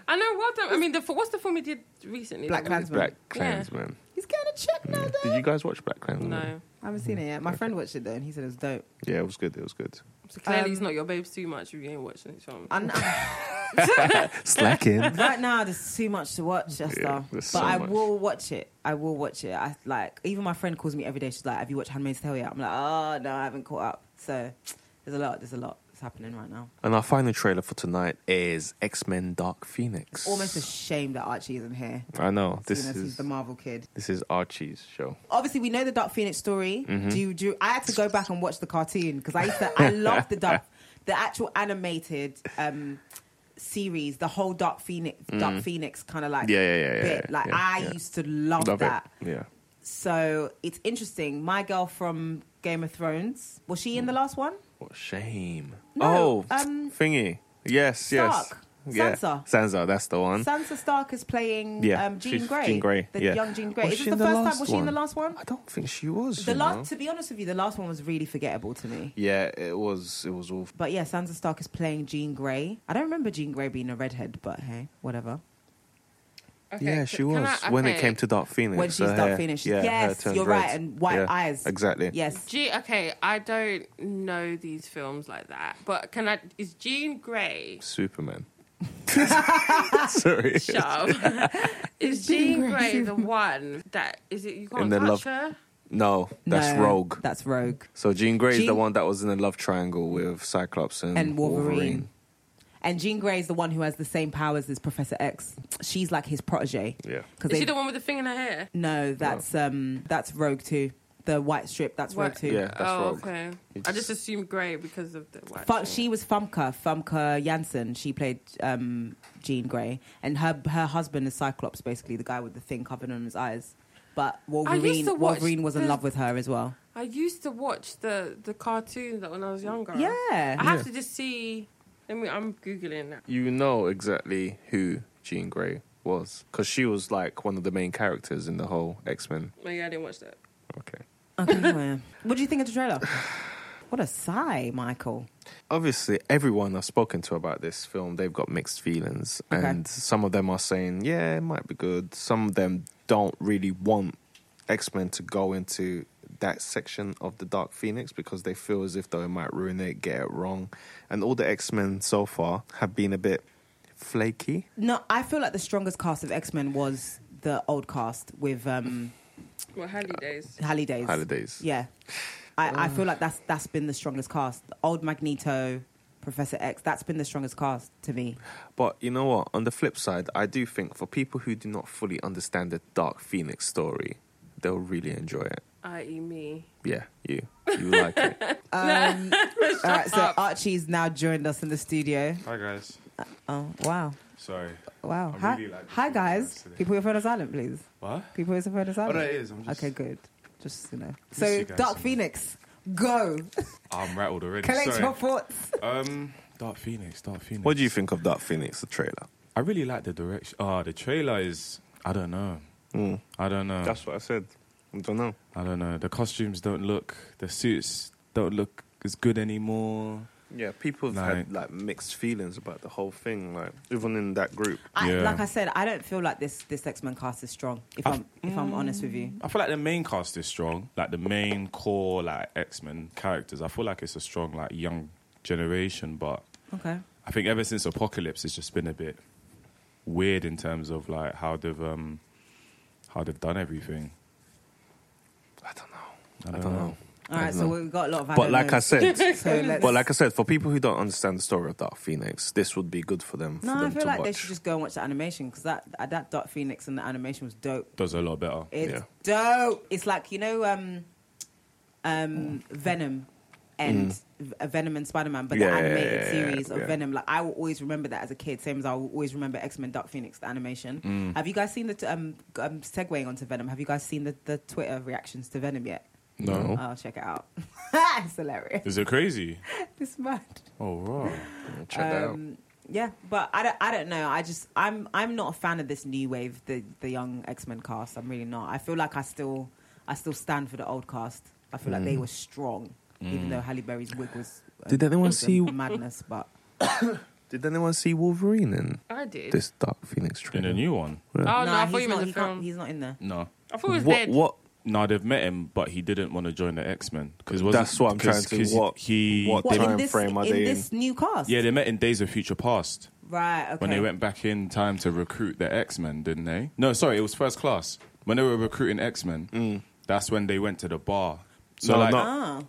I know. Well done. I mean, the, what's the film he did recently?
Black
That
Klansman.
Black Klansman.
He's getting a check now, though.
Did you guys watch Black
was-
Klansman?
No.
I haven't seen it yet. My friend watched it though, and he said it was dope.
Yeah, it was good. It was good.
So clearly, he's
Um,
not your babes too much if you ain't watching this film.
And
Slacking.
right now, there's too much to watch, Esther.
Yeah,
but
there's so
I
much.
will watch it. I will watch it. I like. Even my friend calls me every day. She's like, "Have you watched Handmaid's Tale yet?" I'm like, "Oh no, I haven't caught up." So there's a lot. There's a lot that's happening right now.
and our final trailer for tonight is X Men: Dark Phoenix.
Almost a shame that Archie isn't here.
I know this
Seeing as he's
is
the Marvel kid.
this is Archie's show.
obviously we know the Dark Phoenix story.
Mm-hmm.
Do you, do you- I had to go back and watch the cartoon because I used to I loved the Dark, the actual animated um, series, the whole Dark Phoenix, Dark Phoenix kind of like
Mm-hmm. Yeah, yeah, yeah, yeah,
bit.
yeah,
like
yeah,
I
yeah.
used to love,
Love
that.
it. Yeah.
So it's interesting. My girl from Game of Thrones was she in the last one?
What a shame.
No,
oh,
um,
thingy. Yes,
Stark.
yes. Yeah.
Sansa.
Sansa, that's the one.
Sansa Stark is playing
Yeah,
um, Jean
she's
Grey.
Jean Grey,
the
yeah.
young Jean Grey.
Was
is
she
this the
in the
first time?
last
Was she in the
one?
last one?
I don't think she was.
The
you know.
last, to be honest with you, the last one was really forgettable to me.
Yeah, it was. It was awful.
But yeah, Sansa Stark is playing Jean Grey. I don't remember Jean Grey being a redhead, but hey, whatever.
Okay,
yeah,
c-
she
can
was
I-
when it
okay.
came to Dark Phoenix.
When she's
her
Dark
hair-
Phoenix,
yeah, her
yes,
turned
you're right,
red.
and white
Yeah,
eyes.
Exactly.
Yes,
Gee, okay, I don't know these films like that, but can I? Is Jean Grey?
Superman. Sorry.
Shut up. is Jean Grey the one that is it? You can't
And the
touch
love-
her.
No, that's
No,
Rogue.
That's Rogue
so Jean Grey is the
Jean-
one that was in the love triangle with Cyclops and,
and Wolverine.
Wolverine.
And Jean Grey is the one who has the same powers as Professor X. She's like his protege.
Yeah.
Because
Is she the one with the thing in her hair?
no, that's um, that's Rogue too. The white strip. That's Rogue
What?
too.
Yeah. that's
oh,
Rogue.
okay. I just assumed Grey because of the white.
Fu-
thing.
she was Famke, Famke Janssen. She played um, Jean Grey, and her her husband is Cyclops, basically the guy with the thing covered on his eyes. But Wolverine,
to watch
Wolverine was in
the-
love with her as well.
I used to watch the the cartoons that when I was younger.
Yeah.
I have to just see. I mean, I'm googling that.
You know exactly who Jean Grey was because she was like one of the main characters in the whole X Men.
Oh, yeah, I didn't watch that.
Okay.
Okay, well. what do you think of the trailer? What a sigh, Michael.
obviously everyone I've spoken to about this film, they've got mixed feelings,
Okay.
and some of them are saying, "Yeah, it might be good." Some of them don't really want X Men to go into that section of the Dark Phoenix because they feel as if though it might ruin it, get it wrong, and all the X Men so far have been a bit flaky.
No, I feel like the strongest cast of X Men was the old cast with um,
Well,
Uh,
holidays.
Halle Days.
Holidays.
Yeah, I, I feel like that's that's been the strongest cast. Old Magneto, Professor X. That's been the strongest cast to me.
But you know what? On the flip side, I do think for people who do not fully understand the Dark Phoenix story, they'll really enjoy it.
I.e. e me.
Yeah, you. You like it.
Um, all right, so Archie's now joined us in the studio.
Hi guys.
Oh wow,
Sorry.
wow!
I
Hi,
really like this
hi
film,
guys.
actually.
Can you put your phone on silent, please?
What?
Can you put your phone on
Oh
silent?
no, it is. I'm just,
Okay, good. Just you know.
Miss
So
you guys so
Dark
much.
Phoenix, go
I'm rattled already.
collect
Sorry.
your thoughts.
Um, Dark Phoenix. Dark Phoenix.
What do you think of Dark Phoenix, the trailer?
I really like the direction. Ah, the trailer is. I don't know.
Mm.
I don't know.
That's what I said. I don't know.
I don't know. The costumes don't look. The suits don't look as good anymore.
Yeah, people have had like mixed feelings about the whole thing. Like even in that group,
I,
Yeah.
Like I said, I don't feel like this this X Men cast is strong. If I'm if I'm honest with you,
I feel like the main cast is strong. Like the main core, like X Men characters. I feel like it's a strong, like young generation. But
okay.
I think ever since Apocalypse, it's just been a bit weird in terms of like how they've um how they've done everything.
I don't know.
I don't,
don't
know.
know.
All right, so we've got a lot of. I
But
don't
like I
knows.
said,
so let's,
but like I said, for people who don't understand the story of Dark Phoenix, this would be good for them.
no,
for them
I feel
to
like
watch.
they should just go and watch the animation because that uh, that Dark Phoenix and the animation was dope.
Does a lot better.
It's
Yeah.
dope. It's like you know, um, um, Venom and V- uh, Venom and Spider Man, but the
Yeah, Mm. yeah,
animated
yeah, yeah,
series of
yeah.
Venom. Like I will always remember that as a kid, same as I will always remember X Men Dark Phoenix the animation.
Mm.
Have you guys seen the t- um, g- um segueing onto Venom? Have you guys seen the, the Twitter reactions to Venom yet?
No.
I'll check it out. it's hilarious.
Is it crazy?
It's mad.
Oh right.
check that out.
um, Yeah, but I don't, I don't know. I just I'm I'm not a fan of this new wave, the the young X Men cast. I'm really not. I feel like I still I still stand for the old cast. I feel like they were strong, even though Halle Berry's wig was. uh,
Mm. Did anyone
was a
see-
madness? But
Did anyone see Wolverine in
I did.
this Dark Phoenix
In
trailer?
a new one?
oh, no,
Nah,
I thought
he's
you meant
not.
the
He can't,
film.
he's not in there.
No.
I thought it was
what?
dead.
What?
No, they've met him, but he didn't want to join the X Men because
That's what I'm trying to- what-
he
what
they,
time-
in this
frame are
in
they in?
this new cast?
yeah they met in Days of Future Past
Right. Okay.
when they went back in time to recruit the X Men, didn't they? No, sorry, it was First Class when they were recruiting X Men. That's when they went to the bar. So
Mm. No,
like
not-
Ah.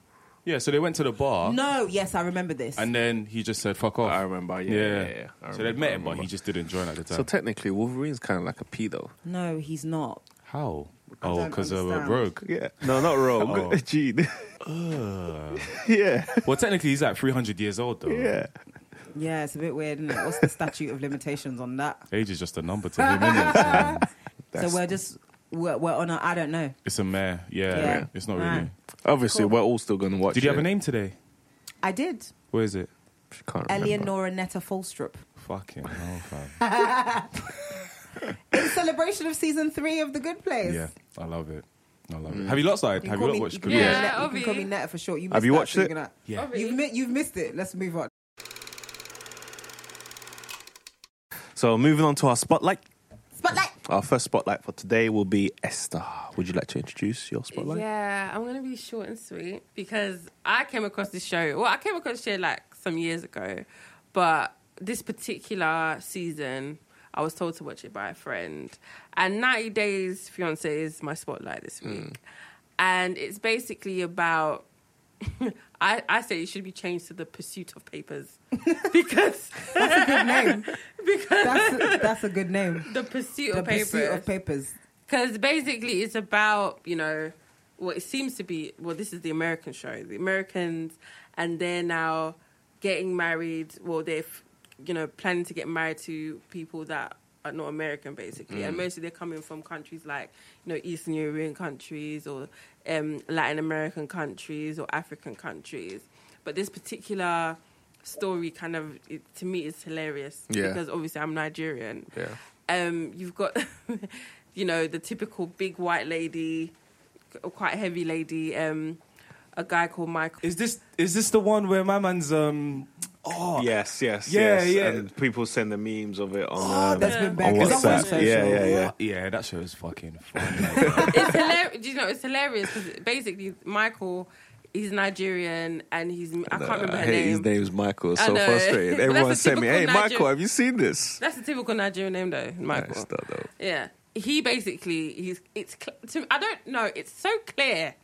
yeah, so they went to the bar
No. Yes, I remember this.
and then he just said fuck off.
I remember, yeah, yeah, yeah, yeah. I
so they
remember,
met
I
him, but he
remember.
just didn't join at the time.
So technically, Wolverine's kind of like a pedo.
no, he's not.
How? Oh,
don't
because of a
understand.
rogue.
Yeah, no, not Rogue.
Oh.
Gene. yeah,
Well, technically, he's like 300 years old, though.
yeah.
Yeah, it's a bit weird. Isn't it? What's the statute of limitations on that?
Age is just a number to him, isn't it? So
That's-
so we're just we're, we're on a I don't know.
it's a mare. Yeah.
Yeah.
It's not
Right.
really.
Obviously, we're all still gonna watch.
Did you have
it.
a name today?
I did.
What is it?
Can't remember.
Eleonora Netta Falstrup.
Fucking hell, fam.
In celebration of season three of The Good Place.
yeah, I love it. I love
Mm.
it. Have you lot started?
You
Have
call
you lot
me-
watched
you can
Good
call me
Yeah.
Place?
Netta- you can call me
Ovi.
Neta for short. You
Have
missed
you
that,
watched
so you're
it?
gonna-
Yeah.
Ovi.
You've, mi- you've missed it. Let's move on.
So moving on to our spotlight.
Spotlight.
Our first spotlight for today will be Esther. Would you like to introduce your spotlight?
Yeah, I'm gonna be short and sweet because I came across this show. Well, I came across the show like some years ago, but this particular season, I was told to watch it by a friend. And 90 Days Fiance is my spotlight this week, and it's basically about. I, I say it should be changed to the pursuit of papers because
That's a good name.
because
That's a, that's a good name.
the pursuit
The
of papers
pursuit of papers.
because basically it's about you know what it seems to be well this is the american show the americans and they're now getting married well they're f- you know planning to get married to people that are not american basically and mostly they're coming from countries like you know eastern european countries or um, latin american countries or african countries but this particular story kind of it, to me is hilarious
Yeah.
because obviously i'm nigerian
Yeah.
um, you've got, you know, the typical big white lady quite heavy lady. Um, a guy called Michael.
Is this is this the one where my man's um? Oh
Yes, yes,
Yeah,
yes.
yeah.
And people send the memes of it on.
Oh,
um,
that's been back.
on
Is that on
WhatsApp.
social?
yeah, yeah, yeah.
yeah. That show is fucking. Fun.
it's hilarious. You know, it's hilarious because basically Michael, he's Nigerian and he's I can't remember
I
her
hate
name.
his name's Michael. It's
I
so
know.
frustrating.
But that's
Everyone
a
sent me, "Hey,
typical
Michael,
Nigerian-
have you seen this?"
That's a typical Nigerian name, though, Michael.
Nice, though, though.
Yeah, he basically he's it's cl- to, I don't know. It's so clear.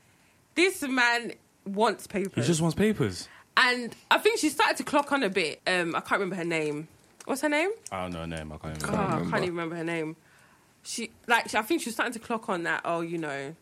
This man wants
He
papers,
just wants papers.
and I think she started to clock on a bit. Um, I can't remember her name. What's her name?
I don't know her name. I can't
Oh,
even.
I can't even remember her name. She like she, I think she was starting to clock on that. Oh, you know,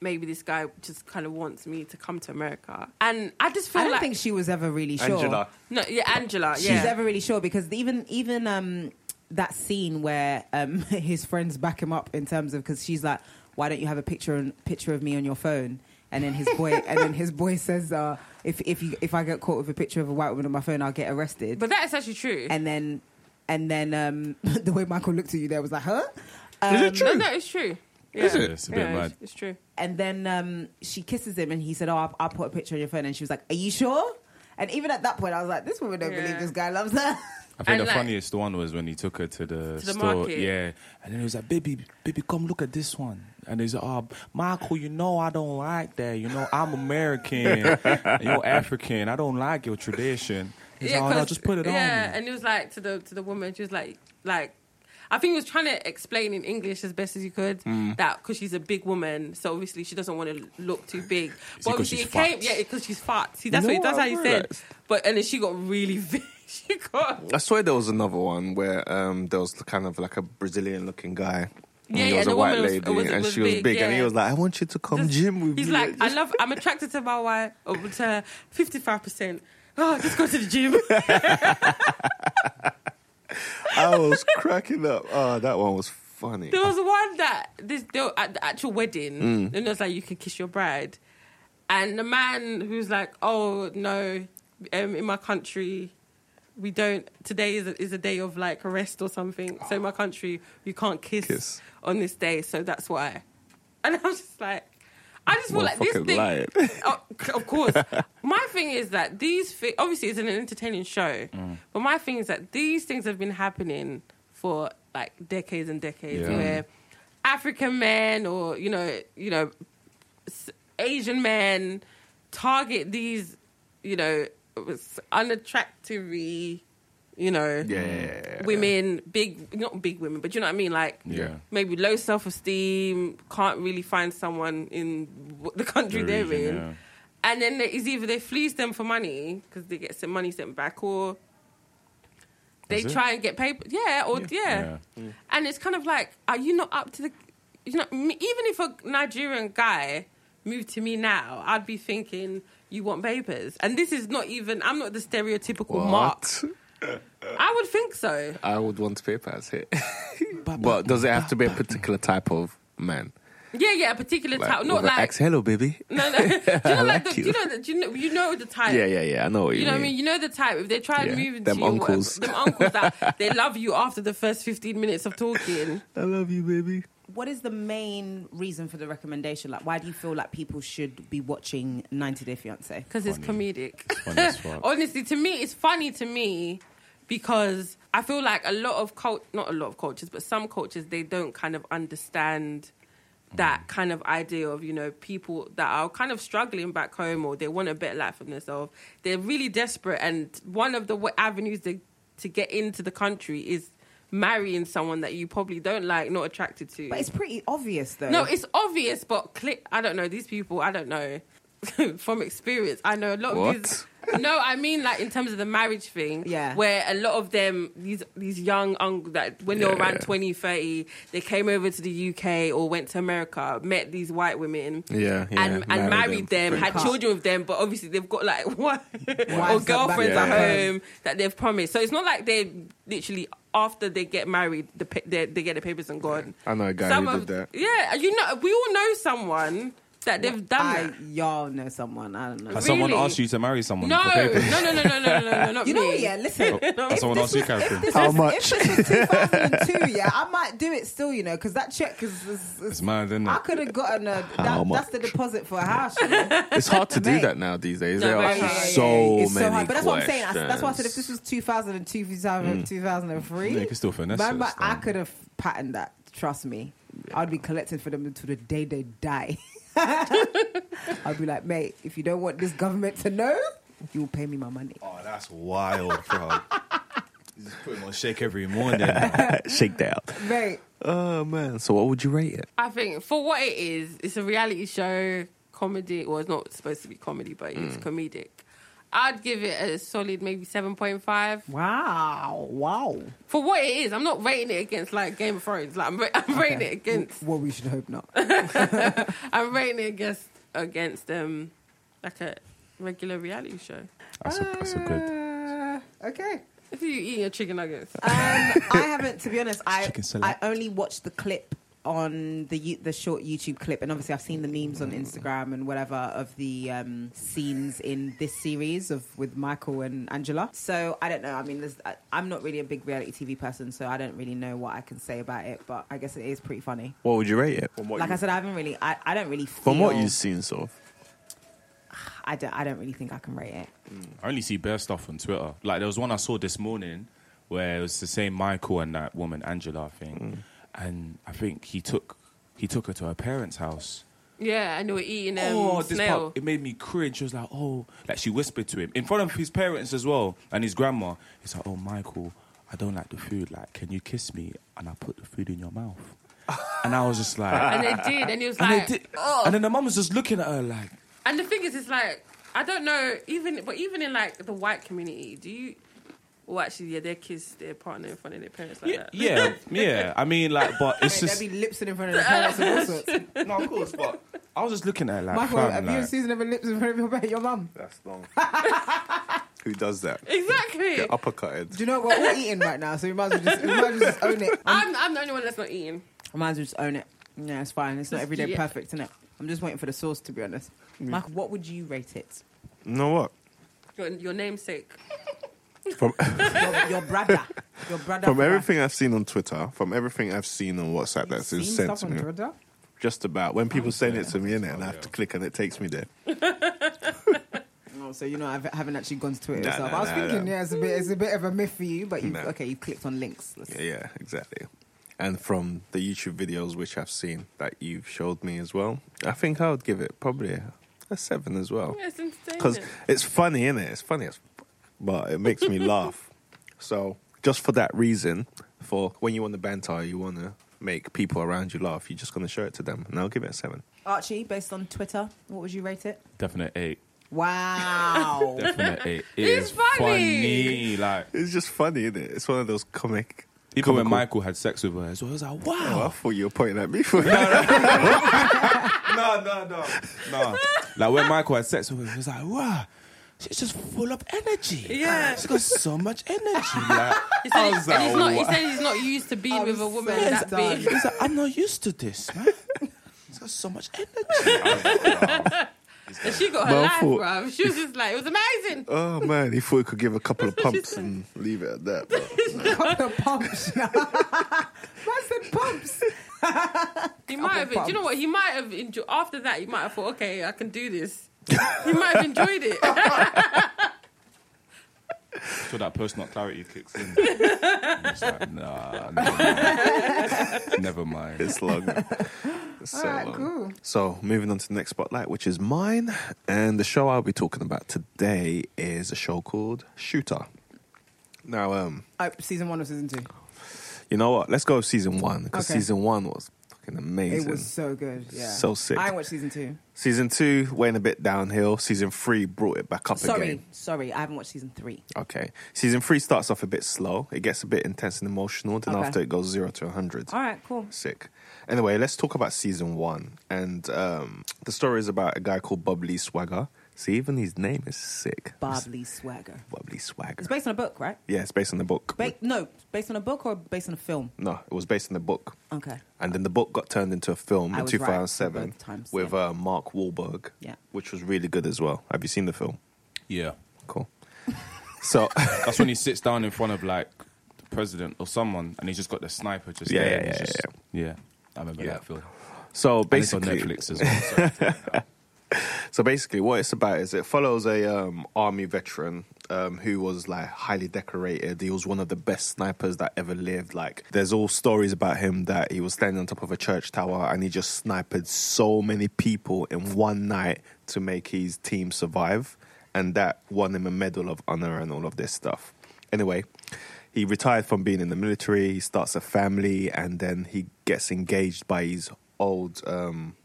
maybe this guy just kind of wants me to come to America, and I just feel
I don't
like
think she was ever really sure.
Angela.
no, yeah, Angela,
She's
yeah.
ever really sure because even even um that scene where um his friends back him up in terms of because she's like, why don't you have a picture on, picture of me on your phone? And then his boy and then his boy says, uh, if if you if I get caught with a picture of a white woman on my phone, I'll get arrested.
but that is actually true.
and then and then um the way Michael looked at you there was like, huh?
is it true? No, no, it's true.
Is
Yeah.
it? It's a bit
Yeah,
mad.
It's, it's true.
And then um, she kisses him, and he said, "Oh, I'll, I'll put a picture on your phone." And she was like, "Are you sure?" And even at that point, I was like, "This woman don't
Yeah.
believe this guy loves her."
I think
And
the
like-
funniest one was when he took her to the,
To the
store.
market.
Yeah.
And then he was like, "Baby, baby, come look at this one." And he's like, "Oh, Michael, you know I don't like that. You know I'm American. and you're African. I don't like your tradition." He's like, "Oh no,
'cause-
just put it
Yeah,
on."
and it was like to the to the woman. She was like, like, I think he was trying to explain in English as best as he could that because she's a big woman, so obviously she doesn't want to look too big. But obviously
she's
it came,
fat?
yeah, because she's fat. See, that's
know
what that's
what
how he
I've
said.
realised?
But and then she got really big. She got
I swear there was another one where um, there was kind of like a Brazilian looking guy. And
Yeah,
there
yeah,
was
the
a white
woman was-
lady,
was-
and
was
she was
big,
big, and he
yeah.
was like, "I want you to come
Just-
gym with
He's
me."
like, I love. I'm attracted to my wife. Or to her, 55 percent. Oh, just go to the gym.
I was cracking up. Oh, that one was funny.
There was one that this they were at the actual wedding, and it was like you can kiss your bride, and the man who's like, "Oh no, um, in my country, we don't. Today is a, is a day of like arrest or something. So in my country, you can't kiss,
Kiss.
on this day. So that's why." And I was just like, I just feel like this
Motherfucker
thing.
lied.
Oh, c- of course. my thing is that these thi- obviously it's an entertaining show, but my thing is that these things have been happening for like decades and decades,
Yeah.
where African men or you know you know s- Asian men target these you know s- unattractive you know
Yeah.
women big not big women but you know what i mean like
Yeah.
maybe low self-esteem can't really find someone in w- the country
The
they're
region,
in
yeah.
and then they- it's either they fleece them for money because they get some money sent back or they
That's it.
try and get paper yeah or yeah, and it's kind of like are you not up to the you know me- even if a nigerian guy moved to me now i'd be thinking you want papers and this is not even i'm not the stereotypical mark
What?
i would think so
I would want to pay pass it. but does it have to be a particular type of man?
Yeah, yeah, a particular
Like,
type. Not
with an
like
axe, hello, baby.
no, no. Do you know, like
like
the,
you.
you. know, the, do you know, you know the type.
Yeah, yeah, yeah. I know what you,
You know what I mean? You know the type. If they try and
Yeah,
move into
them
you or
uncles.
whatever, them uncles that they love you after the first fifteen minutes of talking.
I love you, baby.
what is the main reason for the recommendation? Like, why do you feel like people should be watching 90 Day Fiance?
because it's comedic.
funny as fuck.
Honestly, to me, it's funny to me because I feel like a lot of cult, not a lot of cultures, but some cultures, they don't kind of understand that kind of idea of you know people that are kind of struggling back home or they want a better life for themselves. They're really desperate, and one of the w- avenues to to get into the country is marrying someone that you probably don't like, not attracted to.
But it's pretty obvious, though.
No, it's obvious, but cli I don't know these people. I don't know from experience. I know a lot
What?
of these. No, I mean like in terms of the marriage thing.
Yeah.
Where a lot of them, these these young un- that when they were
Yeah,
around
yeah.
twenty, thirty, 20, 30, they came over to the UK or went to America, met these white women.
Yeah, yeah.
and, and married them, had
Cut.
children with them, but obviously they've got like one or
Wives that
girlfriends
back
at
them.
home that they've promised. So it's not like they literally after they get married, the pa- they, they get the papers and gone.
I know a guy who did that.
Yeah, you know, we all know someone that they've done
I,
that.
y'all know someone. I don't know.
Has someone
Really?
asked you to marry someone
No,
for
no,
paper?
no, no, no, no, no, no, not
You know,
me.
yeah. Listen,
Has someone asked you, Catherine?
How
If
much?
this was 2002, yeah, I might do it still, you know, because that check is. is, is
It's mad, isn't
I
it?
could have gotten a.
How
That, that's
much?
the deposit for a house. You know?
It's hard to do
Mate.
that now these days.
No,
there are
but-
actually
Yeah, yeah, yeah,
so
it's
many
so hard. But that's what I'm saying. I, that's why I said if
questions.
this was 2002, 2000, 2003,
Mm. Yeah, you can still finesse
man,
it,
but I
still.
could have patterned that. Trust me, I'd be collecting for them until the day they die. I'd be like, mate, if you don't want this government to know, you will pay me my money.
Oh, that's wild, bro. He's putting on shake every morning.
Shake that out.
Mate,
Oh man. So what would you rate it?
I think for what it is, it's a reality show comedy. Well, it's not supposed to be comedy, but
Mm.
it's comedic. I'd give it a solid maybe seven point five
wow, wow.
for what it is. I'm not rating it against like Game of Thrones. Like I'm, ra- I'm rating it against.
Well, we should hope not.
I'm rating it against against um like a regular reality show.
That's a, that's a good.
Uh, okay.
If you eat your chicken nuggets,
Um, I haven't, to be honest. I
Chicken
I
select.
only watched the clip on the you- the short YouTube clip, and obviously I've seen the memes on Instagram and whatever of the um, scenes in this series of with Michael and Angela. So I don't know. I mean, there's, I, I'm not really a big reality TV person, so I don't really know what I can say about it. But I guess it is pretty funny.
What would you rate it? From what
Like I said, I haven't really. I, I don't really. Feel,
from what you've seen, sort of.
I don't. I don't really think I can rate it.
I only see bare stuff on Twitter. Like there was one I saw this morning where it was the same Michael and that woman Angela
Mm.
thing, and I think he took he took her to her parents' house.
yeah, and you were eating um,
oh, this
snail.
part, it made me cringe. She was like, oh, like she whispered to him in front of his parents as well and his grandma. It's like, oh, Michael, I don't like the food. Like, can you kiss me? And I put the food in your mouth. and I was just like,
and they did, and he was
and,
like,
they did,
oh.
and then the mum was just looking at her like,
And the thing is, it's like I don't know, even but even in like the white community, do you? Well, actually, yeah, their kids, their partner in front of their parents like
yeah,
that.
yeah, yeah. I mean, like, but it's
There'd
just
be lips in front of the parents and all sorts.
no, of course. But I was just looking at her like,
Michael,
fam,
have you
like-
and Susan ever lips in front of your, your mum?
That's long. Who does that?
Exactly.
Get uppercutted.
Do you know what we're all eating right now? So we might as well just, we might as well just own it. I
I'm, I'm the only one that's not eating.
might as well just own it. Yeah, Mm. it's fine. It's not every day
Yeah.
perfect, is it? I'm just waiting for the sauce, to be honest. Michael, what would you rate it?
You know what?
Your, your namesake.
From
Your, your brother. Your brother.
from everything I've seen on Twitter, from everything I've seen on WhatsApp that's been
Seen
sent
stuff
to
on
me,
Twitter?
just about when people send it to me in it, and I have to click and it takes me there.
Oh, so you know, I haven't actually gone to Twitter
Nah,
yourself.
nah,
I was
nah,
thinking,
nah.
yeah, it's a bit, it's a bit of a myth for you, but you
Nah.
okay? You've clicked on links. Let's-
Yeah, yeah, exactly. And from the YouTube videos which I've seen that you've showed me as well, I think I would give it probably a, a seven as well.
Yeah, it's
Because
entertaining.
it's funny, innit? It's funny, as f- but it makes me laugh. So just for that reason, for when you want to banter, you want to make people around you laugh, you're just going to show it to them, and I'll give it a seven.
Archie, based on Twitter, what would you rate it?
definite eight,
Wow.
definite eight.
It's
is
funny.
funny, like.
It's just funny, innit? It's one of those comic.
Even when
comical-
Michael had sex with her as well, I was like,
Oh, I
wow.
thought you were pointing at me for
No, no, no. No. Like when Michael had sex with her, he was like, wow. She's just full of energy.
Yeah.
She's got so much energy. Like,
He said,
I
he's,
was
and he's
like,
not, he
"Wow."
said he's not used to being
I'm
with a woman
so
that
done.
big.
He's like, I'm not used to this, man. She's got so much energy. I was like, "Wow."
And she got
Well,
her
I
life,
thought-
bruv. She was just like, it was amazing.
Uh,
Oh man, he thought he could give a couple of pumps and leave it at that. But
Couple of pumps. Man said pumps.
He might have.
Couple
Do you know what? He might have enjoyed. After that, he might have thought, okay, I can do this. he might have enjoyed it.
So that personal clarity kicks in. I was like, nah, never mind. never mind.
it's long. It's so
Alright,
long.
cool.
So moving on to the next spotlight, which is mine, and the show I'll be talking about today is a show called Shooter. Now, um,
Oh, season one or season two?
you know what? Let's go with season one because
Okay.
season one was fucking amazing.
It was so good. Yeah.
So sick.
I watched season two.
Season two went a bit downhill. Season three brought it back up
Sorry,
again.
sorry, I haven't watched season three.
Okay. Season three starts off a bit slow. It gets a bit intense and emotional. Then
Okay.
after it goes zero to hundred.
All right, cool.
Sick. Anyway, let's talk about season one. And um, the story is about a guy called Bob Lee Swagger. See, even his name is sick.
Bob Lee Swagger.
Bubbly Swagger.
It's based on a book, right?
yeah, it's based on the book.
Ba- no, it's based on a book or based on a film?
no, it was based on the book.
Okay.
And then the book got turned into a film
I
in
was right,
2007
both times,
with
yeah.
uh, Mark Wahlberg,
Yeah.
which was really good as well. Have you seen the film?
Yeah.
Cool. So,
That's when he sits down in front of like the president or someone and he's just got the sniper just
Yeah,
there
yeah,
and he's
yeah,
just- yeah. I remember
Yeah.
that film.
so
And it's on
basically,
Netflix as well. sorry.
So basically, what it's about is it follows a um, army veteran um, who was like highly decorated. He was one of the best snipers that ever lived. Like, there's all stories about him that he was standing on top of a church tower and he just sniped so many people in one night to make his team survive, and that won him a medal of honor and all of this stuff. Anyway, he retired from being in the military. He starts a family, and then he gets engaged by his old. Um,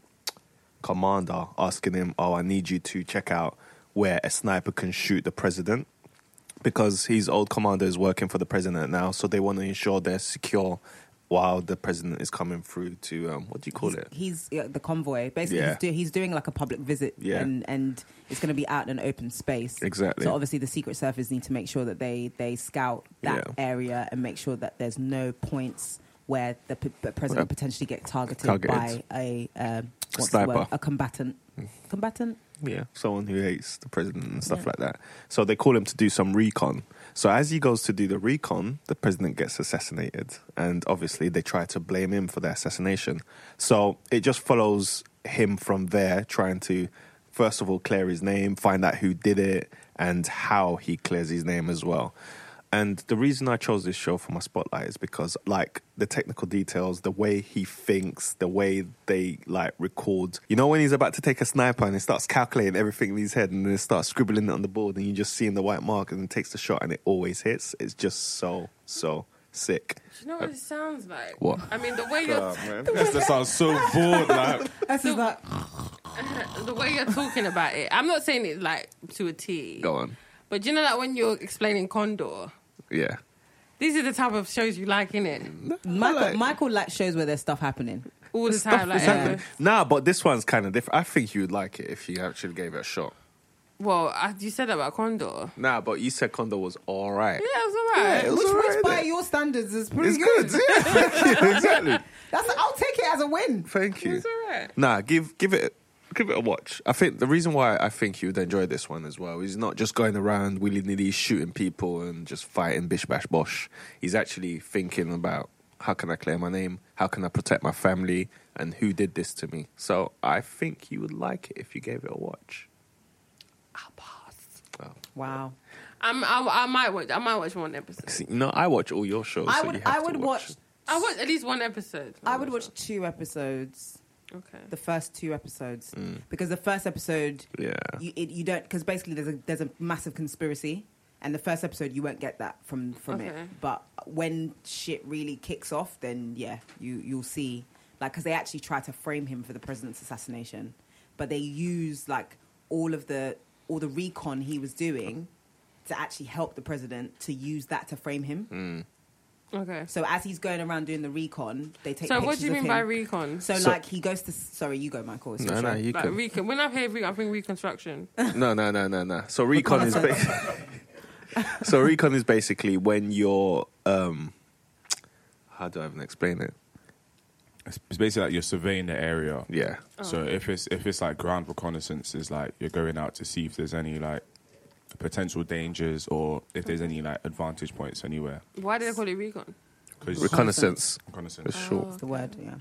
commander asking him, "Oh, I need you to check out where a sniper can shoot the president." Because his old commander is working for the president now, so they want to ensure they're secure while the president is coming through to um, what do you call
He's-
it?
He's yeah, the convoy. Basically,
Yeah.
he's, do, he's doing like a public visit,
Yeah.
and and it's going to be out in an open space.
Exactly.
So obviously, the Secret Service need to make sure that they they scout that
Yeah.
area and make sure that there's no points where the p- p- president
Yeah.
potentially get targeted,
Targeted.
by a um, what's
Sniper. Mm.
The word? a combatant. Combatant.
Yeah, someone who hates the president and stuff like that. So they call him to do some recon. So as he goes to do the recon, the president gets assassinated, and obviously they try to blame him for the assassination. So it just follows him from there, trying to first of all clear his name, find out who did it, and how he clears his name as well. And the reason I chose this show for my spotlight is because, like, the technical details, the way he thinks, the way they like record. You know, when he's about to take a sniper and he starts calculating everything in his head and then starts scribbling it on the board, and you just seeing the white mark and then takes the shot and it always hits. It's just so so sick.
Do you know what it sounds like?
What?
I mean, the way you're
That sounds so bored. Like
That's
So- the way you're talking about it. I'm not saying it like to a T.
Go on,
But do you know that when you're explaining Condor,
yeah.
these are the type of shows you like, innit?
Mm.
Michael,
like-
Michael like shows where there's stuff happening.
All the time, like.
Exactly.
uh,
Nah, but this one's kind of different. I think you'd like it if you actually gave it a shot.
well, I, you said that about Condor.
Nah, but you said Condor was all right.
Yeah, it was alright.
it was
Which,
all
which
right,
by
innit?
your standards is pretty
It's
good.
good. Yeah, thank you. Exactly.
That's I'll take it as a win.
Thank you.
It's alright.
Nah, give give it give it a watch. I think the reason why I think you would enjoy this one as well is not just going around willy nilly shooting people and just fighting bish bash bosh. He's actually thinking about how can I clear my name, how can I protect my family, and who did this to me. So I think you would like it if you gave it a watch.
Wow.
I'm, I, I might watch. I might watch one episode.
'Cause, You know, I watch all your shows.
I
so you
would
have
I
to
would
watch.
watch
I watch at least one episode.
I would watch two episodes,
Okay.
the first two episodes, because the first episode,
Mm. Yeah.
you, it, you don't because basically there's a there's a massive conspiracy, and the first episode you won't get that from from
Okay.
it. But when shit really kicks off, then yeah, you you'll see like because they actually try to frame him for the president's assassination, but they use like all of the all the recon he was doing to actually help the president to use that to frame him.
Mm.
Okay.
So as he's going around doing the recon, they take.
So what
pictures
do you
of
mean by
him.
recon?
So,
So-
like he goes to sorry, you go, Michael. It's your
No, no,
show.
you
Like
can.
recon. When I hear recon, I think reconstruction.
No, no, no, no, no. So recon is ba- so recon is basically when you're um how do I even explain it?
it's it's basically like you're surveying the area.
Yeah,
So if it's if it's like ground reconnaissance, is like you're going out to see if there's any like potential dangers or if there's any like advantage points anywhere.
Why do they call it recon?
'Cause-
reconnaissance.
reconnaissance.
It's short.
It's the word, yeah.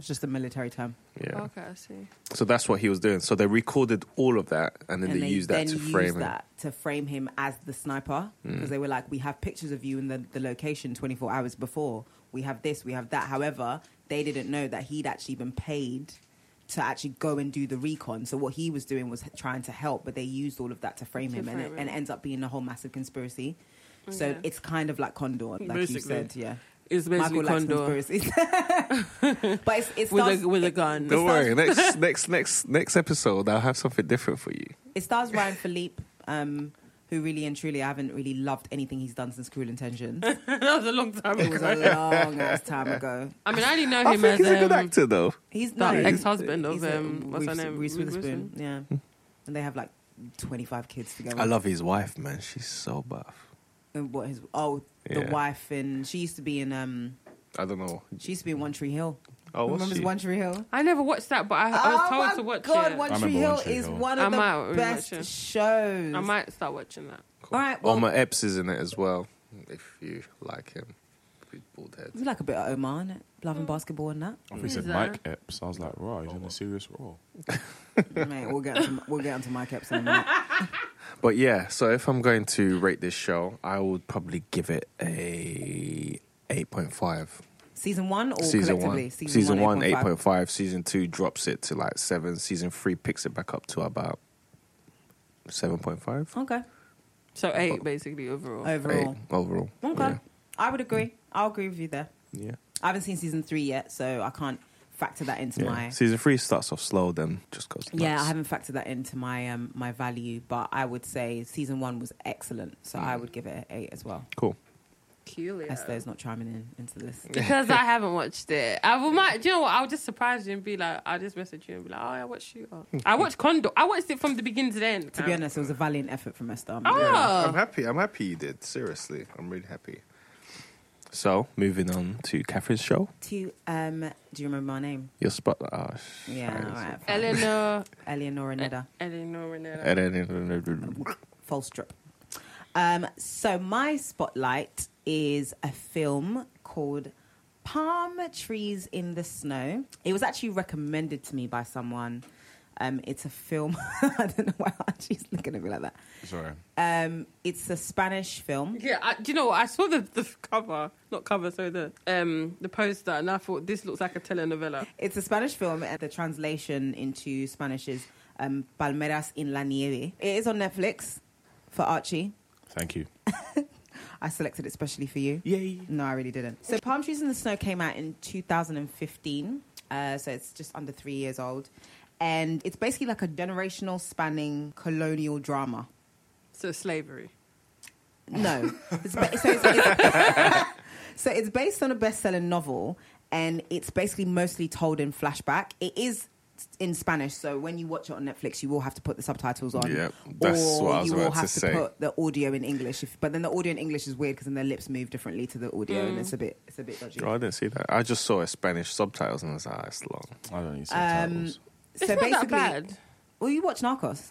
It's just a military term.
Yeah.
Okay, I see.
So that's what he was doing. So they recorded all of that, and then
and
they,
they
used
then
that to
used
frame Hmm. it.
that to frame him as the sniper because they were like, we have pictures of you in the, the location 24 hours before. We have this, we have that. However, they didn't know that he'd actually been paid to actually go and do the recon. So what he was doing was trying to help, but they used all of that to frame
To
him, and,
frame
it, and
him.
it ends up being a whole massive conspiracy. So
Okay.
it's kind of like Condor, like
Basically.
you said, yeah.
It's basically
Michael likes
condor
conspiracies. but it's, it
with
starts,
a with a gun.
Don't worry. Next, next, next, next episode, I'll have something different for you.
It stars Ryan Philippe, um, who really and truly I haven't really loved anything he's done since Cruel Intentions. It
that was a long time
was
ago.
a long ass time ago.
I mean, I only know
I
him
think
as
he's a good
um,
actor, though.
He's
that
no
ex-husband of
he's a-
um, what's her
Reese-
name?
Reese Witherspoon. Yeah, and they have like 25 kids together.
Hmm. I love his wife, man. She's so buff.
And what his oh the
Yeah.
wife and she used to be in um
I don't know.
she used to be in One Tree Hill.
Oh, was
Remember
she?
One Tree Hill? Oh
I never watched that, but I, I
Oh
was told to watch
God,
it.
One
I
Tree
remember
Hill
One Tree
is
Hill.
one of
I
the
might remember
best
it.
shows.
I might start watching that.
All right, well,
Omar Epps Oh, is in it as well. If you like him, Big bald head.
we like a bit of Omar, innit? love
Mm.
and basketball and that.
I think he said
Yeah.
Mike Epps. I was like, raw, he's in a serious role.
Mate, we'll get into, we'll get into my caps in a minute.
But yeah, so if I'm going to rate this show, I would probably give it a 8.5.
Season one or
season
collectively?
one, season one, 8.5. Season two drops it to like seven. Season three picks it back up to about 7.5
Okay,
So eight, basically overall.
overall.
Eight overall.
Okay, I would agree. I'll agree with you there.
Yeah. yeah.
I haven't seen season three yet, so I can't factor that into
Yeah.
my.
Season three starts off slow, then just goes.
Yeah, I
nuts.
haven't factored that into my um, my value, but I would say season one was excellent, so
Mm.
I would give it an eight as well.
Cool.
Peculiar.
Esther's not chiming in into this.
because I haven't watched it. I will, might, do you know what? I'll just surprise you and be like, I'll just message you and be like, oh, I watched you. Oh. I watched Condor. I watched it from the beginning to the end.
to be honest, it was a valiant effort from Esther. I'm
Oh,
not-
I'm happy. I'm happy you did. Seriously, I'm really happy. So moving on to Catherine's show.
To um, do you remember my name?
Your spot. Oh, sh-
Yeah, all right. fine.
Eleanor.
Eleonora Neda.
Eleanor Renetta.
And then-
Falstrup. Um, so my spotlight is a film called Palm Trees in the Snow. It was actually recommended to me by someone. Um, it's a film. I don't know why she's looking at me like that.
Sorry.
Um, it's a Spanish film.
Yeah, I, do you know what? I saw the, the cover, not cover, so the um the poster, and I thought this looks like a telenovela.
It's a Spanish film, and the translation into Spanish is um, Palmeras in la Nieve. It is on Netflix for Archie.
Thank you.
I selected it specially for you.
Yay.
No, I really didn't. So, Palm Trees in the Snow came out in 2015. Uh, so, it's just under three years old. And it's basically like a generational spanning colonial drama.
So slavery.
No. It's ba- so, it's, it's- so it's based on a best-selling novel, and it's basically mostly told in flashback. It is in Spanish, so when you watch it on Netflix, you will have to put the subtitles on.
Yep, that's
or
what I was
you will
about to
have to,
say.
put the audio in English. If, but then the audio in English is weird because then their lips move differently to the audio,
Mm.
and it's a bit it's a bit dodgy.
Oh, I didn't see that. I just saw a Spanish subtitles and I was like, ah, it's long.
I don't need
Um,
subtitles.
It's not that bad.
Well, you watch Narcos.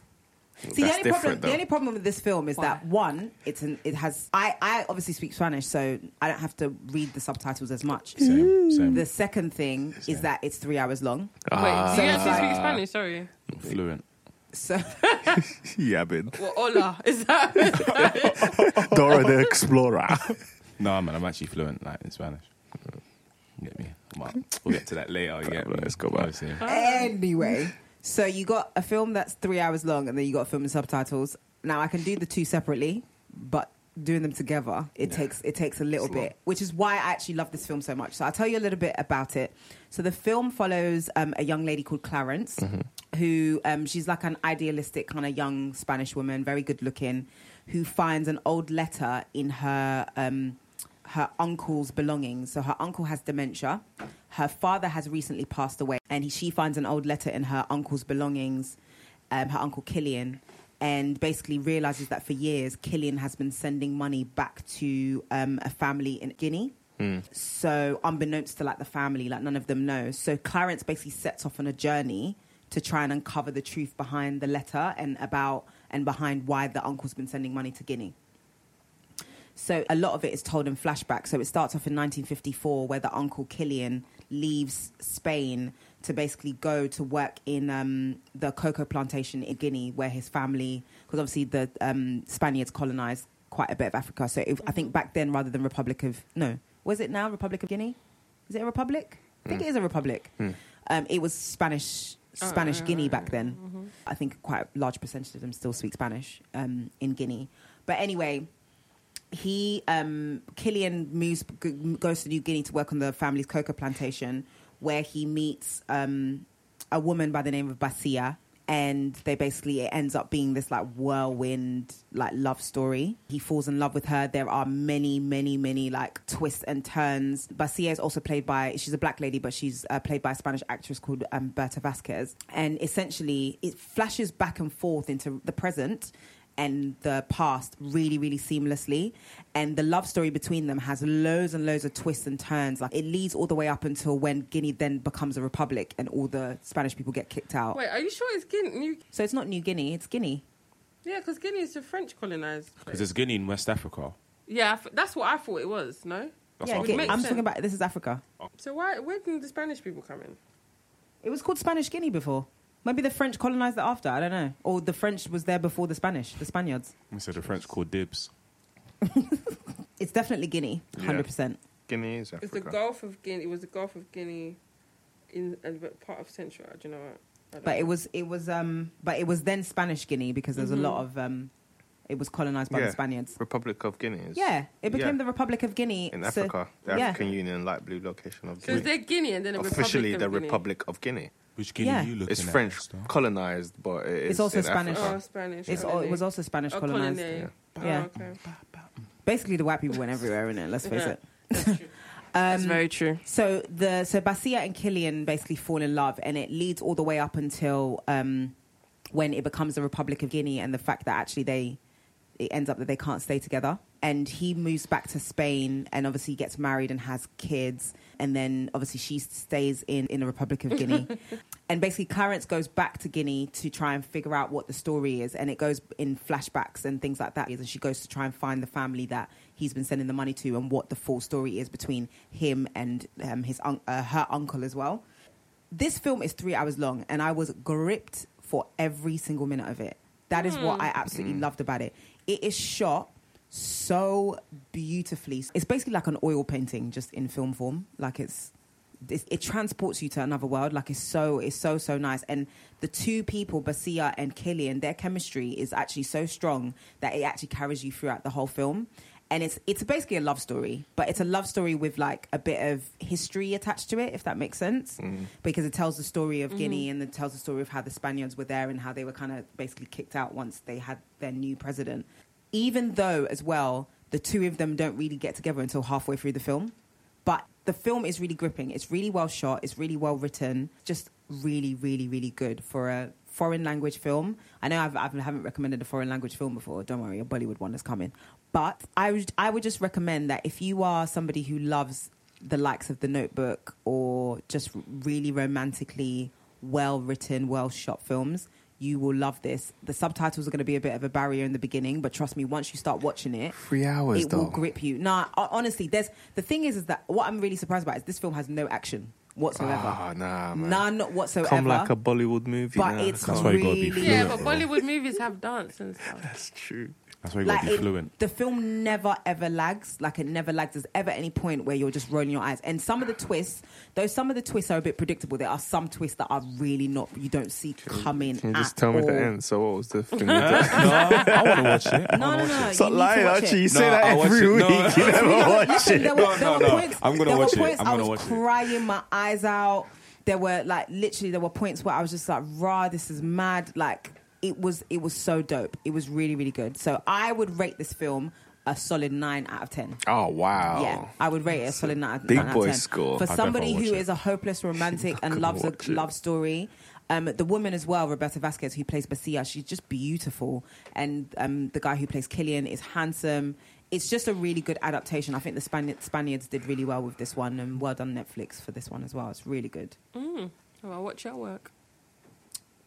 See, the only
That's
problem
different,
the
though.
only problem with this film is
Why?
that one, it's an, it has I I obviously speak Spanish, so I don't have to read the subtitles as much.
same, same.
The second thing is that it's three hours long.
Wait, do you
So
actually
it's
speak
like-
Spanish? Sorry.
Fluent.
So
yeah, been
Well, hola. Is that? is that-
Dora the Explorer.
No, man, I'm actually fluent like in Spanish. Get me? I'm like, we'll get to that later. Yeah,
Let's go back.
anyway, so you got a film that's three hours long, and then you got a film and subtitles. Now I can do the two separately, but doing them together it takes it takes a little bit, which is why I actually love this film so much. So I'll tell you a little bit about it. So the film follows um, a young lady called Clarence, who um, she's like an idealistic kind of young Spanish woman, very good looking, who finds an old letter in her. Um, her uncle's belongings. So her uncle has dementia. Her father has recently passed away, and he, she finds an old letter in her uncle's belongings, um, her uncle Killian, and basically realizes that for years Killian has been sending money back to um, a family in Guinea. So unbeknownst to like the family, like none of them know. So Clarence basically sets off on a journey to try and uncover the truth behind the letter and about and behind why the uncle's been sending money to Guinea. So a lot of it is told in flashback. So it starts off in 1954, where the uncle Killian leaves Spain to basically go to work in um, the cocoa plantation in Guinea, where his family, because obviously the um, Spaniards colonized quite a bit of Africa. So if, I think back then, rather than Republic of no, was it now Republic of Guinea? Is it a republic? I think it is a republic. Um, it was Spanish Spanish Guinea back then. I think quite a large percentage of them still speak Spanish um, in Guinea. But anyway, he um Killian moves g- goes to New Guinea to work on the family's cocoa plantation where he meets um a woman by the name of Basia and they basically it ends up being this like whirlwind like love story. He falls in love with her. There are many, many, many like twists and turns. Basia is also played by she's a black lady, but she's uh, played by a Spanish actress called um, Berta Vasquez. And essentially, it flashes back and forth into the present and the past really, really seamlessly. And the love story between them has loads and loads of twists and turns. Like it leads all the way up until when Guinea then becomes a republic and all the Spanish people get kicked out.
Wait, are you sure it's Guinea? New-
So it's not New Guinea, it's Guinea.
yeah, because Guinea is the French colonized.
Because there's Guinea in West Africa.
Yeah, I f- that's what I thought it was. No.
That's
yeah,
what
Gu-
I
Guinea.
makes
thought.
I'm
sense.
talking about this is Africa.
So why? Where did the Spanish people come in?
It was called Spanish Guinea before. Maybe the French colonized it after. I don't know. Or the French was there before the Spanish, the Spaniards.
We said the French called dibs.
It's definitely Guinea, hundred percent.
Guinea is Africa.
It's the Gulf of Guinea. It was the Gulf of Guinea, in a bit- part of Central. Do you know what? I don't
But it
know.
was it was um but it was then Spanish Guinea because there's a lot of um it was colonized by
Yeah.
the Spaniards.
Republic of Guinea. Is
Yeah, it became
Yeah.
the Republic of Guinea
in
so-
Africa, the
yeah.
African Union light blue location of
So
Guinea.
is there Guinea and then a
Officially,
Republic
the
of Guinea?
Republic of Guinea.
Which Guinea
Yeah.
you looking
It's
at,
French
Esther?
colonized, but it is
It's also
in
Spanish.
Oh,
Africa.
Spanish.
It's all, it was also Spanish
Oh,
colonized.
colony.
Yeah.
Oh,
Yeah. Um,
okay.
Basically, the white people went everywhere, innit? Let's face
Yeah.
it.
That's very true.
So the so Basia and Killian basically fall in love, and it leads all the way up until um, when it becomes the Republic of Guinea, and the fact that actually they it ends up that they can't stay together. And he moves back to Spain, and obviously gets married and has kids, and then obviously she stays in in the Republic of Guinea. And basically, Clarence goes back to Guinea to try and figure out what the story is, and it goes in flashbacks and things like that. And she goes to try and find the family that he's been sending the money to, and what the full story is between him and um, his un- uh, her uncle as well. This film is three hours long, and I was gripped for every single minute of it. That is what I absolutely loved about it. It is shot so beautifully. It's basically like an oil painting, just in film form. Like it's it, it transports you to another world. Like it's so, it's so, so nice. And the two people, Basia and Killian, their chemistry is actually so strong that it actually carries you throughout the whole film. And it's it's basically a love story, but it's a love story with like a bit of history attached to it, if that makes sense, because it tells the story of Guinea and it tells the story of how the Spaniards were there and how they were kind of basically kicked out once they had their new president. Even though, as well, the two of them don't really get together until halfway through the film. But the film is really gripping. It's really well shot. It's really well written. Just really, really, really good for a foreign language film. I know I've, I've, I haven't recommended a foreign language film before. Don't worry, a Bollywood one is coming. But I would, I would just recommend that if you are somebody who loves the likes of The Notebook or just really romantically well written, well shot films, you will love this. The subtitles are going to be a bit of a barrier in the beginning, but trust me, once you start watching it,
Three hours
it
though.
will grip you. Nah, ho- honestly, there's the thing is, is that what I'm really surprised about is this film has no action whatsoever,
Ah, nah, man.
none whatsoever.
Come like a Bollywood movie.
but
nah,
it's
come
why you gotta be
really
fluent.
Yeah, but Bollywood movies have dance and stuff.
That's true.
That's why you
like
gotta be
it-
fluent.
the film never ever lags. Like it never lags. There's ever any point where you're just rolling your eyes. And some of the twists, though, some of the twists are a bit predictable. There are some twists that are really not. You don't see coming.
Can you just
at
tell me
all.
the end? So what was the thing? With that?
no, I wanna watch it. I
No,
wanna
no,
watch it.
no. You
Stop
need to
lying,
watch
Archie.
it.
You say
No,
that
I watch
every
it.
week.
No.
You never watch
Listen,
it.
there were,
No,
there
no,
were
no.
points.
I'm gonna
there
watch it.
were points
I'm
I
gonna
was
watch it.
crying my eyes out. There were like literally there were points where I was just like, "Raw, this is mad." Like it was, it was so dope. It was really, really good. So I would rate this film a solid nine out of ten.
Oh wow.
Yeah, I would rate it a solid nine,
big
nine out of
boy
10.
score.
For
I'd
somebody
definitely
who
watch it.
is a hopeless romantic and
gonna
loves a
watch it.
love story, um, the woman as well, Roberta Vasquez, who plays Basia, she's just beautiful. And um, the guy who plays Killian is handsome. It's just a really good adaptation. I think the Spani- Spaniards did really well with this one, and well done Netflix for this one as well. It's really good.
Oh, I watch your work.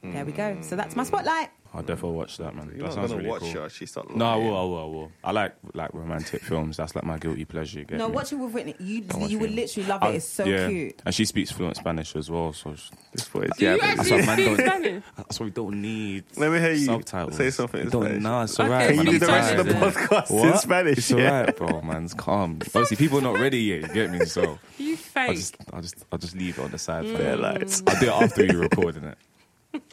There we go. So that's my spotlight.
I'll definitely watch that, man.
You're
that
not
sounds
gonna
really
watch
cool.
it. Archie. Stop
No, I
lying.
will. I will. I will. I like like romantic films. That's like my guilty pleasure. You get
No,
me?
watch it with Whitney. You
watch
you would
it.
literally love
I-
it. It's so
yeah.
cute.
and she speaks fluent Spanish as well. So she-
This boy is
Do you
yapping.
that's
actually
why man
speak
don't-
Spanish?
that's why we don't need.
Let me hear you
subtitles.
say something in
We don't,
Spanish.
nah, it's
Okay,
alright.
can
man,
you do
I'm
the rest of the
tired.
podcast in
What?
Spanish,
It's
yeah?
alright, bro. Man's calm. Obviously, people are not ready yet. You get me? So
You
I
fake.
just, I just, I just leave it on the side. for
Fair
now.
lights.
I'll do it after you're recording it.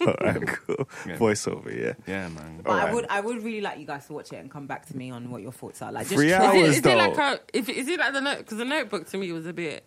All right, cool.
Yeah.
Voiceover, yeah.
Yeah, man.
All
But I
right.
would I would really like you guys to watch it and come back to me on what your thoughts are. Like just
Three
try-
hours,
is it, is it
though.
like a, if, is it like the note? Because the notebook to me was a bit.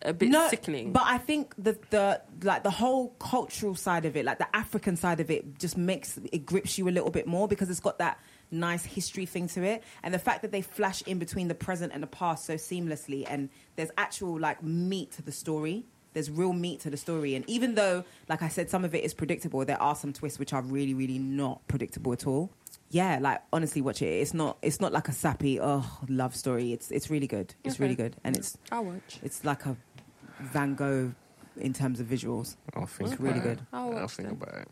a bit sickening.
But I think the the like the whole cultural side of it, like the African side of it, just makes it grips you a little bit more because it's got that nice history thing to it, and the fact that they flash in between the present and the past so seamlessly, and there's actual like meat to the story. There's real meat to the story, and even though, like I said, some of it is predictable, there are some twists which are really, really not predictable at all. Yeah, like honestly, watch it. It's not. It's not like a sappy oh love story. It's it's really good. It's
Okay.
really good, and it's
I'll watch.
it's like a Van Gogh in terms of visuals.
I'll think
It's really
about it.
good.
I'll
I'll
watch
think
them.
about it.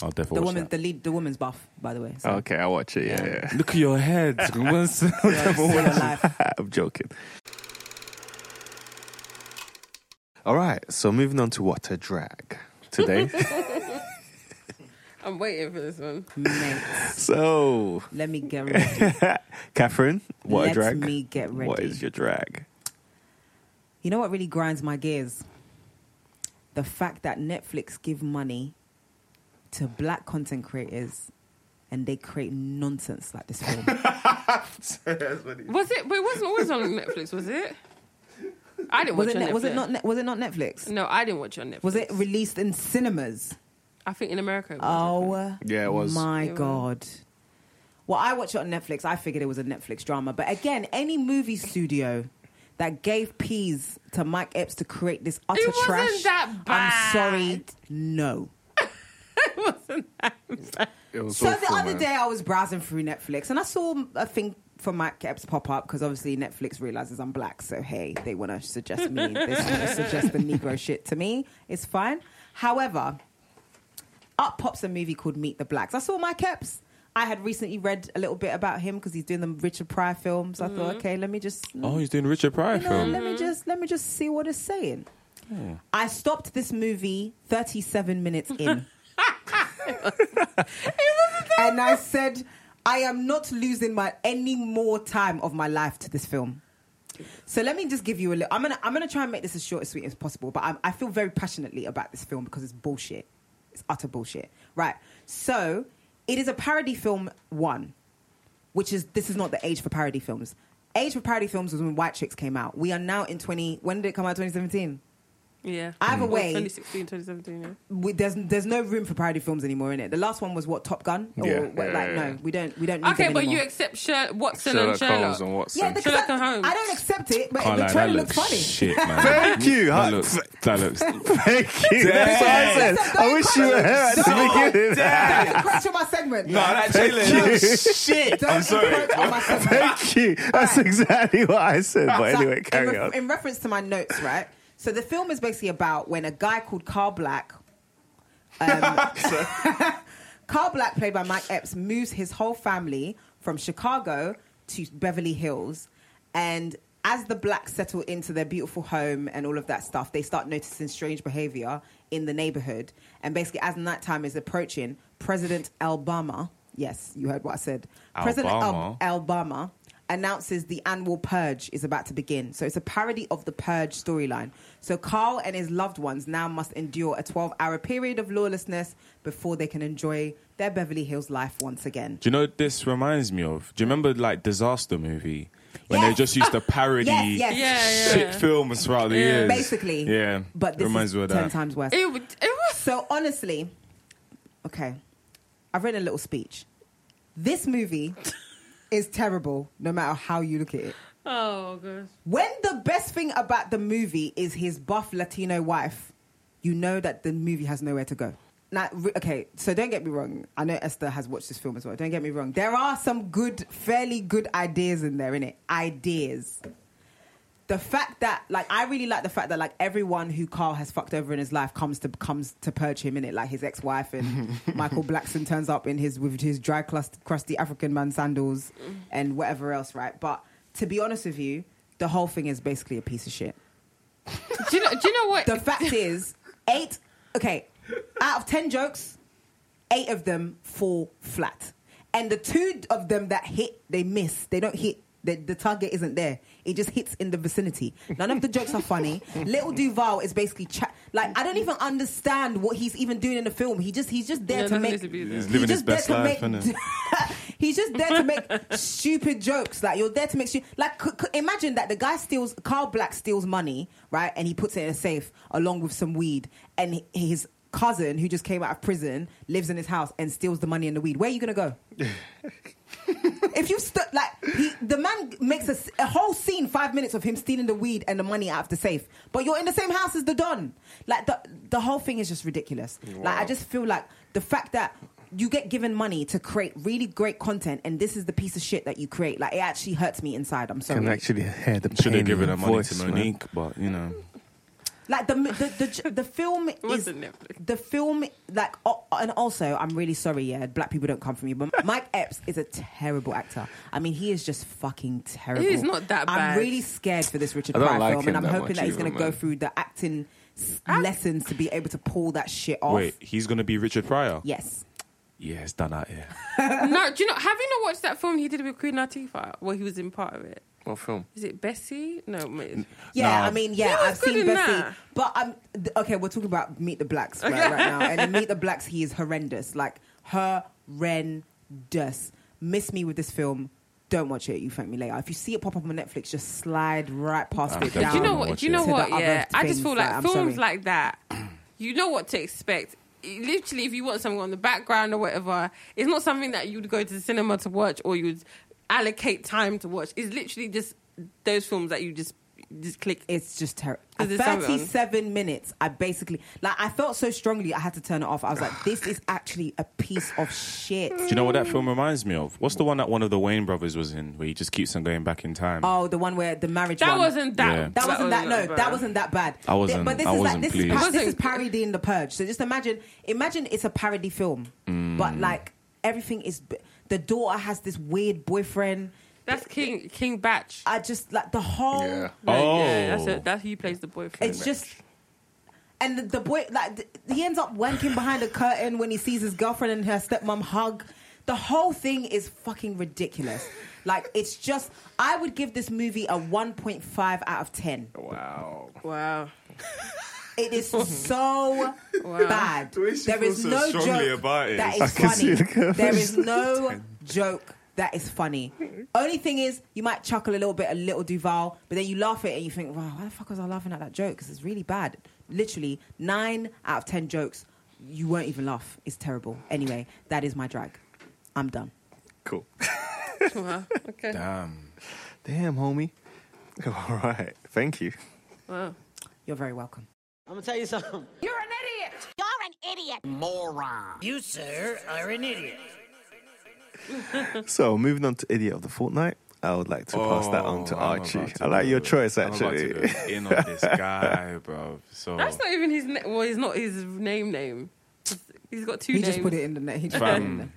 I'll definitely
The
watch
woman,
that.
the lead, the woman's buff, by the way. So.
Okay, I'll watch it. Yeah, yeah.
Look at your head. Oh,
Still alive.
I'm joking. All right, so moving on to what a drag today.
I'm waiting for this one.
Mate,
so,
let me get ready.
Catherine, what
Let
a drag?
me get ready.
What is your drag?
You know what really grinds my gears? The fact that Netflix give money to black content creators and they create nonsense like this film.
Was it? But it wasn't always on Netflix, was it? I didn't
was,
watch
it
it.
ne-
Netflix.
was it not? ne- Was it not Netflix?
No, I didn't watch it on Netflix.
Was it released in cinemas?
I think in America. It was
Oh,
Yeah, it was.
My
It was.
God. Well, I watched it on Netflix. I figured it was a Netflix drama. But again, any movie studio that gave peas to Mike Epps to create this utter
It wasn't
trash.
that
I'm sorry,
bad.
no.
It was
So the other day, I was browsing through Netflix and I saw a thing for Mike Epps pop up because obviously Netflix realizes I'm black, so hey, they want to suggest me, they wanna suggest the Negro shit to me. It's fine. However, up pops a movie called Meet the Blacks. I saw Mike Epps. I had recently read a little bit about him because he's doing the Richard Pryor films. I thought, okay, let me just
Oh, he's doing Richard Pryor
you know,
film.
let me just let me just see what it's saying. I stopped this movie 37 minutes in. and I said, I am not losing my any more time of my life to this film. So let me just give you a little. I'm gonna I'm gonna try and make this as short and sweet as possible. But I'm, I feel very passionately about this film because it's bullshit. It's utter bullshit. Right. So it is a parody film. One which is this is not the age for parody films. Age for parody films was when White Chicks came out. We are now in 20. When did it come out? 2017.
Netflix. Yeah.
Either
Or
way-
2016, 2017. Yeah.
We, there's there's no room for parody films anymore in it. The last one was what Top Gun or
Yeah,
what,
yeah,
like
yeah,
no,
yeah.
we don't we don't. Need
Okay,
them
but you
anymore.
accept Sher- Watson
Sherlock
and Sherlock.
Holmes and Watson.
yeah, the
Sherlock Holmes.
I don't accept it, but
Can't
the
lie,
trailer
that
looks funny.
Shit, man.
Thank you.
That
Huh?
looks. That looks.
Thank you. That's what I said.
Don't
I wish you were here at the beginning.
Don't encroach on my segment. No,
that trailer looks shit.
don't encroach on my segment.
Thank you. That's exactly what I said. But
So,
anyway,
in,
carry
ref-
on.
in reference to my notes, right? So the film is basically about when a guy called Carl Black, um, Carl Black, played by Mike Epps, moves his whole family from Chicago to Beverly Hills, and as the blacks settle into their beautiful home and all of that stuff, they start noticing strange behavior in the neighborhood. And basically, as nighttime is approaching, President Obama, yes, you heard what I said, President
Obama?
Ob- Obama announces the annual purge is about to begin. So it's a parody of the purge storyline. So Carl and his loved ones now must endure a 12 hour period of lawlessness before they can enjoy their Beverly Hills life once again.
Do you know what this reminds me of? Do you remember like disaster movie when
Yes.
they just used to parody
Yes, yes.
Yeah,
shit
yeah.
films throughout the years?
Basically.
yeah.
But this
reminds
is
me of
10
that.
times worse.
It, w- it was.
So honestly, okay, I've written a little speech. This movie is terrible no matter how you look at it.
Oh, gosh.
When the best thing about the movie is his buff Latino wife, you know that the movie has nowhere to go. Now, re- okay, so don't get me wrong. I know Esther has watched this film as well. Don't get me wrong. There are some good, fairly good ideas in there, innit? Ideas. The fact that, like, I really like the fact that, like, everyone who Carl has fucked over in his life comes to comes to purge him in it. Like his ex wife and Michael Blackson turns up in his with his dry, crust- crusty African man sandals and whatever else, right? But to be honest with you, the whole thing is basically a piece of shit.
Do you know, do you know what?
The fact is, eight, okay, out of 10 jokes, eight of them fall flat. And the two of them that hit, they miss. They don't hit. The, the target isn't there. It just hits in the vicinity. None of the jokes are funny. Little Duval is basically cha- like I don't even understand what he's even doing in the film. He just he's just there
Yeah,
to
doesn't
make
need to be there. He's
living
just
his best
there to
life,
make-
innit?
He's just there to make stupid jokes. Like you're there to make stu- like c- c- imagine that the guy steals Carl Black steals money, right? And he puts it in a safe along with some weed and h- his cousin who just came out of prison lives in his house and steals the money and the weed. Where are you going to go? If you st- like, he, the man makes a, s- a whole scene, five minutes of him stealing the weed and the money out of the safe. But you're in the same house as the don. Like the the whole thing is just ridiculous. Like I just feel like the fact that you get given money to create really great content, and this is the piece of shit that you create. Like it actually hurts me inside. I'm sorry.
can actually hear the pain
Should have
in
given
your
her money
voice,
to eh?
man.
Monique, but you know.
like the the the, the, the film is
wasn't Netflix.
the film like oh, and also I'm really sorry yeah black people don't come from you but Mike Epps is a terrible actor I mean he is just fucking terrible
He's not that
I'm
bad.
really scared for this Richard
I don't
Pryor
like
film
him
and I'm
that
hoping
much
that he's going to
either,
go
man.
through the acting s lessons to be able to pull that shit off
Wait, he's gonna be Richard Pryor.
yes
Yeah, it's done out here.
no, do you not? Have you not watched that film he did with Queen Latifah? Well, he was in part of it.
What film?
Is it Bessie? No, mate.
Yeah,
Nah.
I mean, yeah,
He was
I've
good
seen
in
Bessie,
that.
but I'm th- okay. We're talking about Meet the Blacks right, right now, and in Meet the Blacks, he is horrendous, like horrendous. Miss me with this film. Don't watch it. You thank me later. If you see it pop up on Netflix, just slide right past it.
definitely
Down.
Do Ah, you know
gonna
what?
watch
Do you know
it. To the
what?
other
Yeah, I
things
things
just feel
that
like
I'm
films
sorry.
like that. You know what to expect. It- Literally, if you want something on the background or whatever, it's not something that you'd go to the cinema to watch or you'd allocate time to watch. It's literally just those films that you just just click.
It's just terrible.
Is it something on?
Thirty-seven minutes. I basically like. I felt so strongly. I had to turn it off. I was like, this is actually a piece of shit.
Do you know what that film reminds me of? What's the one that one of the Wayne brothers was in, where he just keeps on going back in time?
Oh, the one where the marriage.
That
one.
wasn't that.
Yeah.
That, wasn't that. No,
bad.
that wasn't that bad.
I wasn't-
But this
I
is like
wasn't
this
pleased.
is par-
It
this is
wasn't-
parodying the purge. So just imagine, imagine it's a parody film,
Mm.
but like everything is. b- The daughter has this weird boyfriend.
That's King King Batch.
I just like the whole.
Yeah.
Like,
Oh.
yeah, that's, it. that's who plays the boyfriend.
It's just. And the, the boy, like, th- he ends up wanking behind a curtain when he sees his girlfriend and her stepmom hug. The whole thing is fucking ridiculous. Like, it's just, I would give this movie a 1.5 out of 10.
Oh. Wow.
wow.
It is so bad.
way she
There
feels
is
so
no
strongly
joke
about it.
that
I
is
can see
funny.
the curve.
There is no joke that is funny. Only thing is, you might chuckle a little bit, a little Duval, but then you laugh at it and you think, "Wow, why the fuck was I laughing at that joke? Because it's really bad." Literally, nine out of ten jokes you won't even laugh. It's terrible. Anyway, that is my drag. I'm done.
Cool.
Wow. Okay.
Damn.
Damn, homie. All right. Thank you.
Wow.
You're very welcome.
You're an idiot.
So moving on to idiot of the fortnight, I would like to pass that on to
Oh, I'm
Archie.
about to
I like your
go-
choice
I'm about to
actually.
go in on this guy, bro. So
That's not even his. Na- well, he's not his name. Name. He's got two
He
names.
just put it in the net. He just put it in
fam,
there.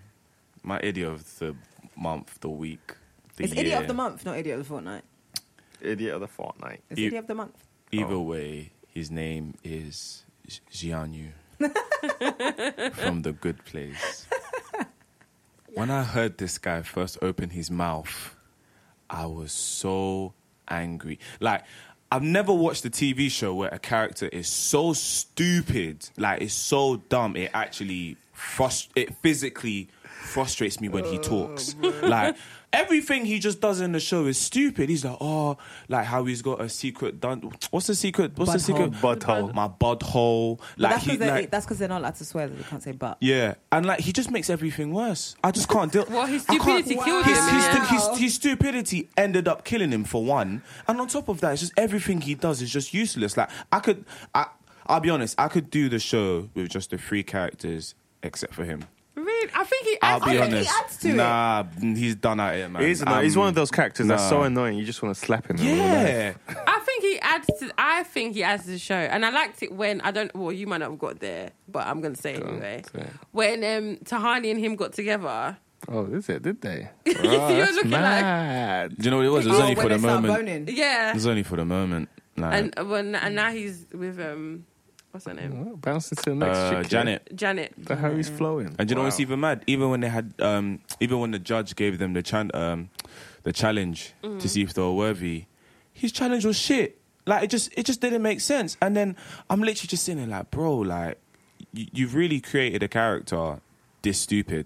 my idiot of the month, the week, the
It's
year.
idiot of the month, not idiot of the fortnight.
idiot of the fortnight.
It's
You-
idiot of the month.
Either way, his name is Jianyu from the Good Place. When I heard this guy first open his mouth, I was so angry. Like, I've never watched a TV show where a character is so stupid, like it's so dumb. It actually frust- it physically frustrates me when he talks. like everything he just does in the show is stupid. He's like, oh, like how he's got a secret done. What's the secret? What's the secret?
Butthole. Butthole.
My butthole. Like
that's
he
because
like.
that's 'cause they're not allowed to swear that they can't say but.
Yeah, and like he just makes everything worse. I just can't deal.
Well, his
I can't-
stupidity killed
his,
him,
His,
yeah.
his, his stupidity ended up killing him for one, and on top of that, it's just everything he does is just useless. Like I could, I, I'll be honest, I could do the show with just the three characters except for him.
Really? I think he.
I'll
adds
be
to it.
he
honest.
adds to it.
nah, mm, he's done at it, man.
He's, anno- he's
Um,
one of those characters that's so
nah.
annoying. You just want to slap him. in real life.
Yeah,
I think he adds to. I think he adds to the show, and I liked it when I don't. Well, you might not have got there, but I'm gonna say anyway.
say it.
When um, Tahani and him got together,
Oh, is it? Did they?
you're looking like
Mad.
do you know what it was? It was
Oh,
only
when
for the
they start
moment.
boning.
It
yeah,
was only for the moment. Like,
and uh, when and now he's with um, what's her name?
Well, Bouncing to the next chick.
uh,
here.
Janet.
Janet.
The Harry's flowing.
And you know
Wow.
what's even mad? Even when they had, um, even when the judge gave them the chan- um, the challenge to
Mm.
see if they were worthy, his challenge was shit. Like it just, it just didn't make sense. And then I'm literally just sitting there like, bro, like you, you've really created a character this stupid.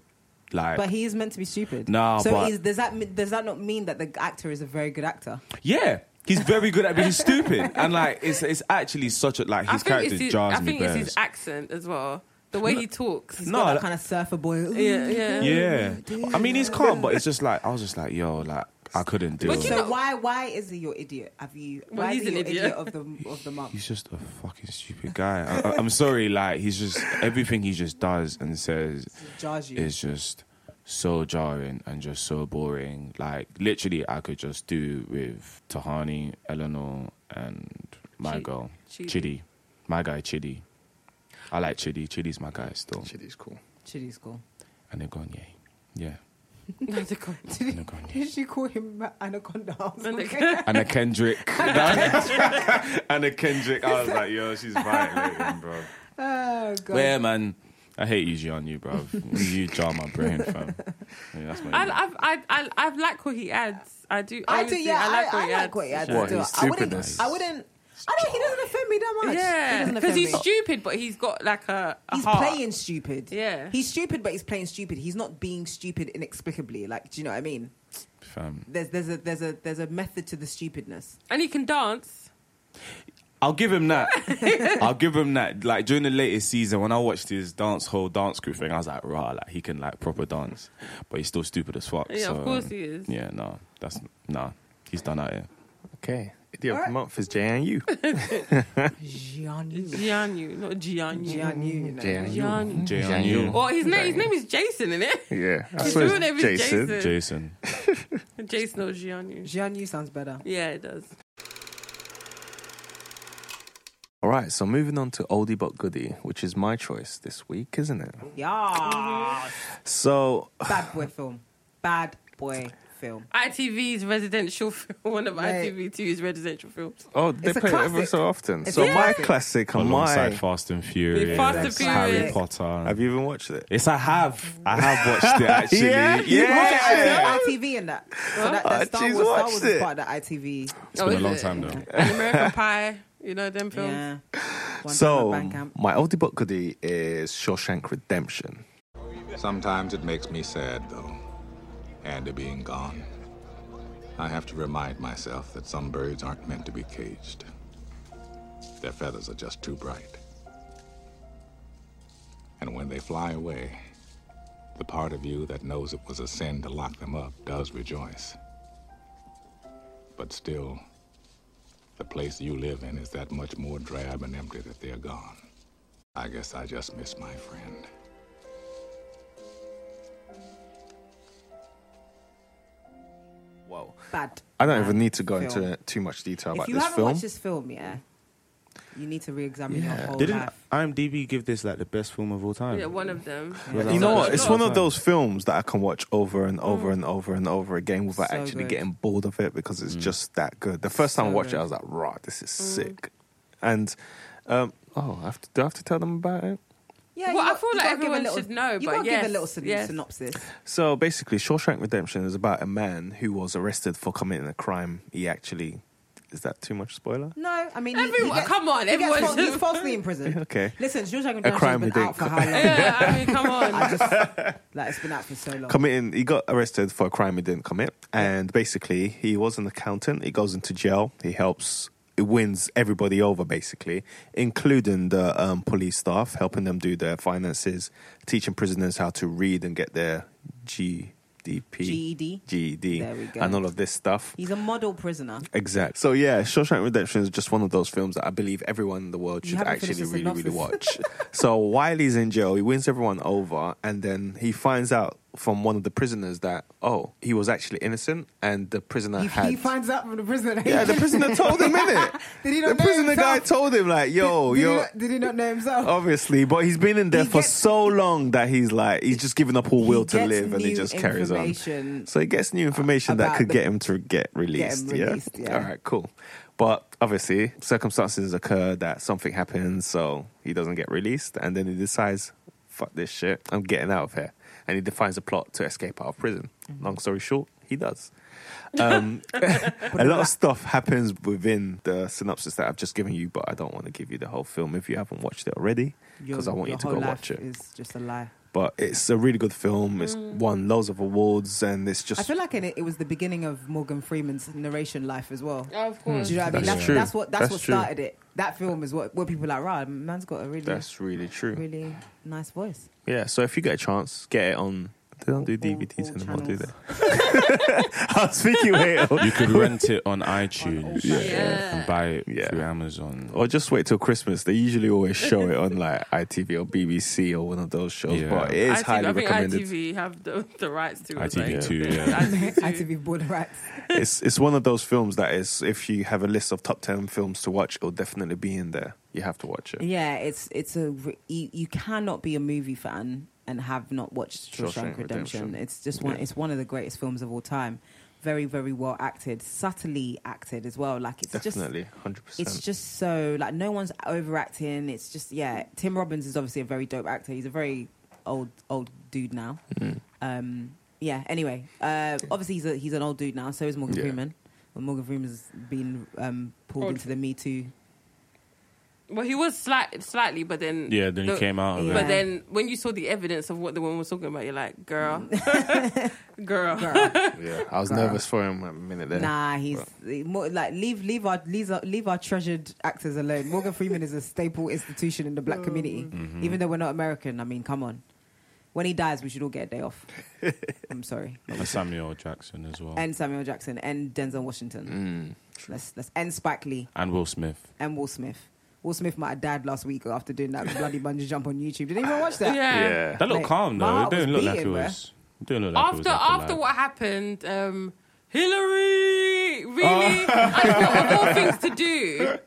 Like,
But he is meant to be stupid.
Nah,
so
but-
is, does that mean- does that not mean that the actor is a very good actor?
yeah, he's very good at being stupid, and like, it's it's actually such a like his character
it's his,
jars
I
me
think it's his
bears.
accent as well. The way he talks.
He's got
No,
that
that-
kind of surfer boy.
Yeah, yeah.
Yeah, I mean he's calm, but it's just like I was just like, yo, like I couldn't do
But
it.
you
So
know-
why why is he your idiot? Have you?
Well,
why
he's
is he
an
your
idiot.
idiot of the of the month?
He's just a fucking stupid guy. I, I- I'm sorry, like he's just everything he just does and says
Jars you.
is just so jarring and just so boring. Like literally, I could just do with Tahani, Eleanor, and my
Chi-
girl
Chidi.
Chidi. my guy Chidi. I like Chidi. Chidi's my guy still,
Shit is cool.
Chili's cool.
and they're gone. Yeah, yeah, and they're gone.
Did you call him Ma- Anaconda? I was
Anaconda.
like,
And a Kendrick. and a Kendrick. I was like, yo, she's violating, bro.
oh god.
Yeah, man. I hate you, on you, bro. You jar my brain, fam. Yeah, that's my
I, I've, I, I, I like what he adds. I do.
I do,
honestly,
yeah. I like,
what
I,
he
like
adds.
what he adds.
What,
to
his
it. I wouldn't.
stupidness?
I wouldn't. I don't. He doesn't offend me that much. He
Yeah,
doesn't
because
offend
he's
me.
stupid, but he's got like a, a
He's
heart.
playing stupid.
Yeah.
He's stupid, but he's playing stupid. He's not being stupid inexplicably. Like, do you know what I mean?
fam.
There's there's a there's a there's a method to the stupidness.
and he can dance.
I'll give him that. I'll give him that. Like during the latest season, when I watched his dance whole dance crew thing, I was like, rah, like he can like proper dance, but he's still stupid as fuck.
Yeah, of
so, um,
course he is.
Yeah, no, that's nah. He's done out here.
Okay. Idiot of
Alright.
the month is JNU.
Jianu.
Jianyu, not Jianyu.
Jianu, you know.
JNU.
Jianyu.
Jay
Jay on
on you.
you.
Well, his name, his name is Jason, isn't it?
Yeah. I
He's
suppose
doing it with Jason.
Jason.
Jason or Jianyu.
Jianu sounds better.
Yeah, it does.
All right. So moving on to oldie but goodie, which is my choice this week, isn't it?
Yeah.
So
Bad boy film. Bad boy film.
ITV's residential film. One of
Right.
ITV2's residential films.
oh, they
It's a
play it every
classic.
so often.
It's
so
a
my
classic.
classic and
Alongside
my.
Fast and Furious.
Fast and
Harry
Furious.
Potter.
Have you even watched it?
Yes, I have. I have watched it actually.
Yeah? You watched it?
Yeah. ITV in that. So that, that
Oh,
Star,
she's
Wars, Star
watched
Wars is
it.
part of the ITV.
It's been
Oh,
a
is
long
it?
time though.
And American Pie. You know them films.
Yeah. One
So
time at Bandcamp.
my oldie but goodie is Shawshank Redemption.
Sometimes it makes me sad, though, Andy being gone. I have to remind myself that some birds aren't meant to be caged. Their feathers are just too bright. And when they fly away, the part of you that knows it was a sin to lock them up does rejoice. But still, the place you live in is that much more drab and empty that they're gone. I guess I just miss my friend.
Wow.
Bad.
I don't
bad
even need to go
film.
into too much detail
If
about
you
this
haven't
film.
watched this film, yeah, you need to re-examine your whole
Didn't
life.
IMDb give this like the best film of all time?
Yeah, one of them.
you know what? It's
It's not
one of those films that I can watch over and over and over and over again without
Mm. So
actually
good.
getting bored of it because it's just that good. The first time I
So
watched it,
good. Mm.
I was like, "Right, this is sick." And um, oh, I have to, do I have to tell them about it?
Yeah,
Well, I
got-
feel like
gotta give a
everyone
little-
should know,
You
but
gotta give
yes,
a little syn-
yes.
synopsis.
So basically, Shawshank Redemption is about a man who was arrested for committing a crime. He actually is that too much spoiler?
No, I mean,
Everyone- come on,
he gets
everyone
fal-
should-
he's falsely in prison.
Okay.
Listen, George Jackson
A
Jones
crime
has
he
been out
didn't
for how long?
Yeah, I mean, come on.
I just like it's been out for so long.
committing he got arrested for a crime he didn't commit and basically he was an accountant he goes into jail he helps he wins everybody over basically including the um, police staff helping them do their finances teaching prisoners how to read and get their gdp
GED.
GED,
There we go.
and all of this stuff
E He's a model prisoner.
Exact. So yeah, Shawshank Redemption is just one of those films that I believe everyone in the world
You
should
haven't finished
actually really,
the
really watch.
synopsis.
so while he's in jail, he wins everyone over, and then he finds out from one of the prisoners that oh, he was actually innocent, and the prisoner
He,
had.
he finds out from the prisoner. that he-
yeah, the prisoner told him in it.
Did he not
the
know
prisoner guy
himself?
told him like, "Yo,
did,
yo." Oh,
He not, did he not know himself?
Obviously, but he's been in there
He
for
gets-
so long that he's like he's just given up all
He
will to
gets
live, and he
new
just carries on.
information
So he gets new information that
about
could
the-
get him to get released.
released, yeah.
All right. Cool. But obviously, circumstances occur that something happens, so he doesn't get released, and then he decides, "Fuck this shit, I'm getting out of here," and he defines a plot to escape out of prison.
Mm-hmm.
Long story short, he does. Um, a lot of stuff happens within the synopsis that I've just given you, but I don't want to give you the whole film if you haven't watched it already,
Your-
because I want you
your
to
whole
go
life
watch it.
Is just a lie.
But it's a really good film. It's
Mm.
won loads of awards, and it's just
I feel like in it, it was the beginning of Morgan Freeman's narration life as well.
Oh, of course.
Do you know what I mean?
That's
That's,
true.
that's what that's,
That's
what
true.
started it. That film is what where people are like, right, man's got a really
that's really true.
really nice voice.
Yeah, so if you get a chance, get it on. They don't do DVDs anymore, do they? I was thinking, wait,
You could rent it on iTunes
Yeah.
and buy it
Yeah.
through Amazon.
or just wait till Christmas. They usually always show it on like ITV or BBC or one of those shows.
Yeah.
But it is
ITV
highly
I think
recommended.
ITV have the, the rights to it.
ITV too, yeah.
ITV border rights.
it's it's one of those films that is if you have a list of top ten films to watch, it'll definitely be in there. You have to watch it.
Yeah, it's it's a re- you, you cannot be a movie fan and have not watched Shawshank,
Shawshank
Redemption.
Redemption.
It's just one.
Yeah.
It's one of the greatest films of all time. Very very well acted, subtly acted as well. Like it's just
definitely, hundred
it's
percent.
just so like no one's overacting. It's just yeah. Tim Robbins is obviously a very dope actor. He's a very old old dude now.
Mm.
Um, yeah. Anyway, uh, obviously he's a, he's an old dude now. So is Morgan
Yeah.
Freeman. Well, Morgan Freeman's been um, pulled
Old.
into the Me Too.
Well, he was slight, slightly, but then
Yeah, then
the-
he came out of
Yeah.
it.
But then when you saw the evidence of what the woman was talking about, you're like, girl, girl.
Girl.
Yeah, I was nervous for him a minute there.
Nah, he's more, like leave leave our leave our, leave our treasured actors alone. Morgan Freeman is a staple institution in the black community,
Mm-hmm.
even though we're not American. I mean, come on. When he dies, we should all get a day off. I'm sorry.
And Samuel Jackson as well. And,
And Samuel Jackson and Denzel Washington.
Mm,
let's let's and Spike Lee
Will Smith.
and Will Smith. Will Smith might have died last week after doing that bloody bungee jump on YouTube. Did anyone watch that?
Yeah.
Yeah,
That looked
Mate,
calm
my
though. It
heart
didn't
was
look like it
beating, bruh.
was. It didn't look like it was
After
like
after
alive.
what happened, um, Hillary,
Oh.
really? I thought of all things to do,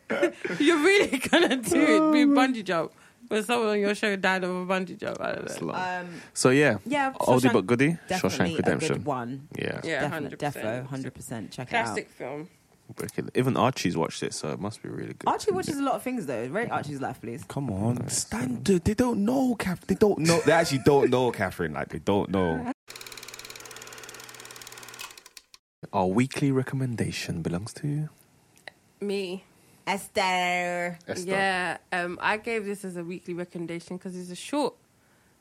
you're really gonna do it
Oh.
with bungee jump. When someone on your show died of a bungee jump, I don't
It's
know.
long.
Um,
so yeah,
yeah.
oldie
Shawshank-
but goodie,
Definitely
Shawshank
a good
Redemption.
one.
Yeah,
Yeah,
Definite,
100%.
defo, hundred percent. Check it out.
Classic film.
Break it- even Archie's watched it, so it must be really good.
Archie watches a lot of things though. Rate Archie's life, please.
Come on, standard. They don't know, Catherine. They don't know. They actually don't know, Catherine. Like they don't know.
Our weekly recommendation belongs to you.
Me.
Esther.
Yeah, um, I gave this as a weekly recommendation because it's a short,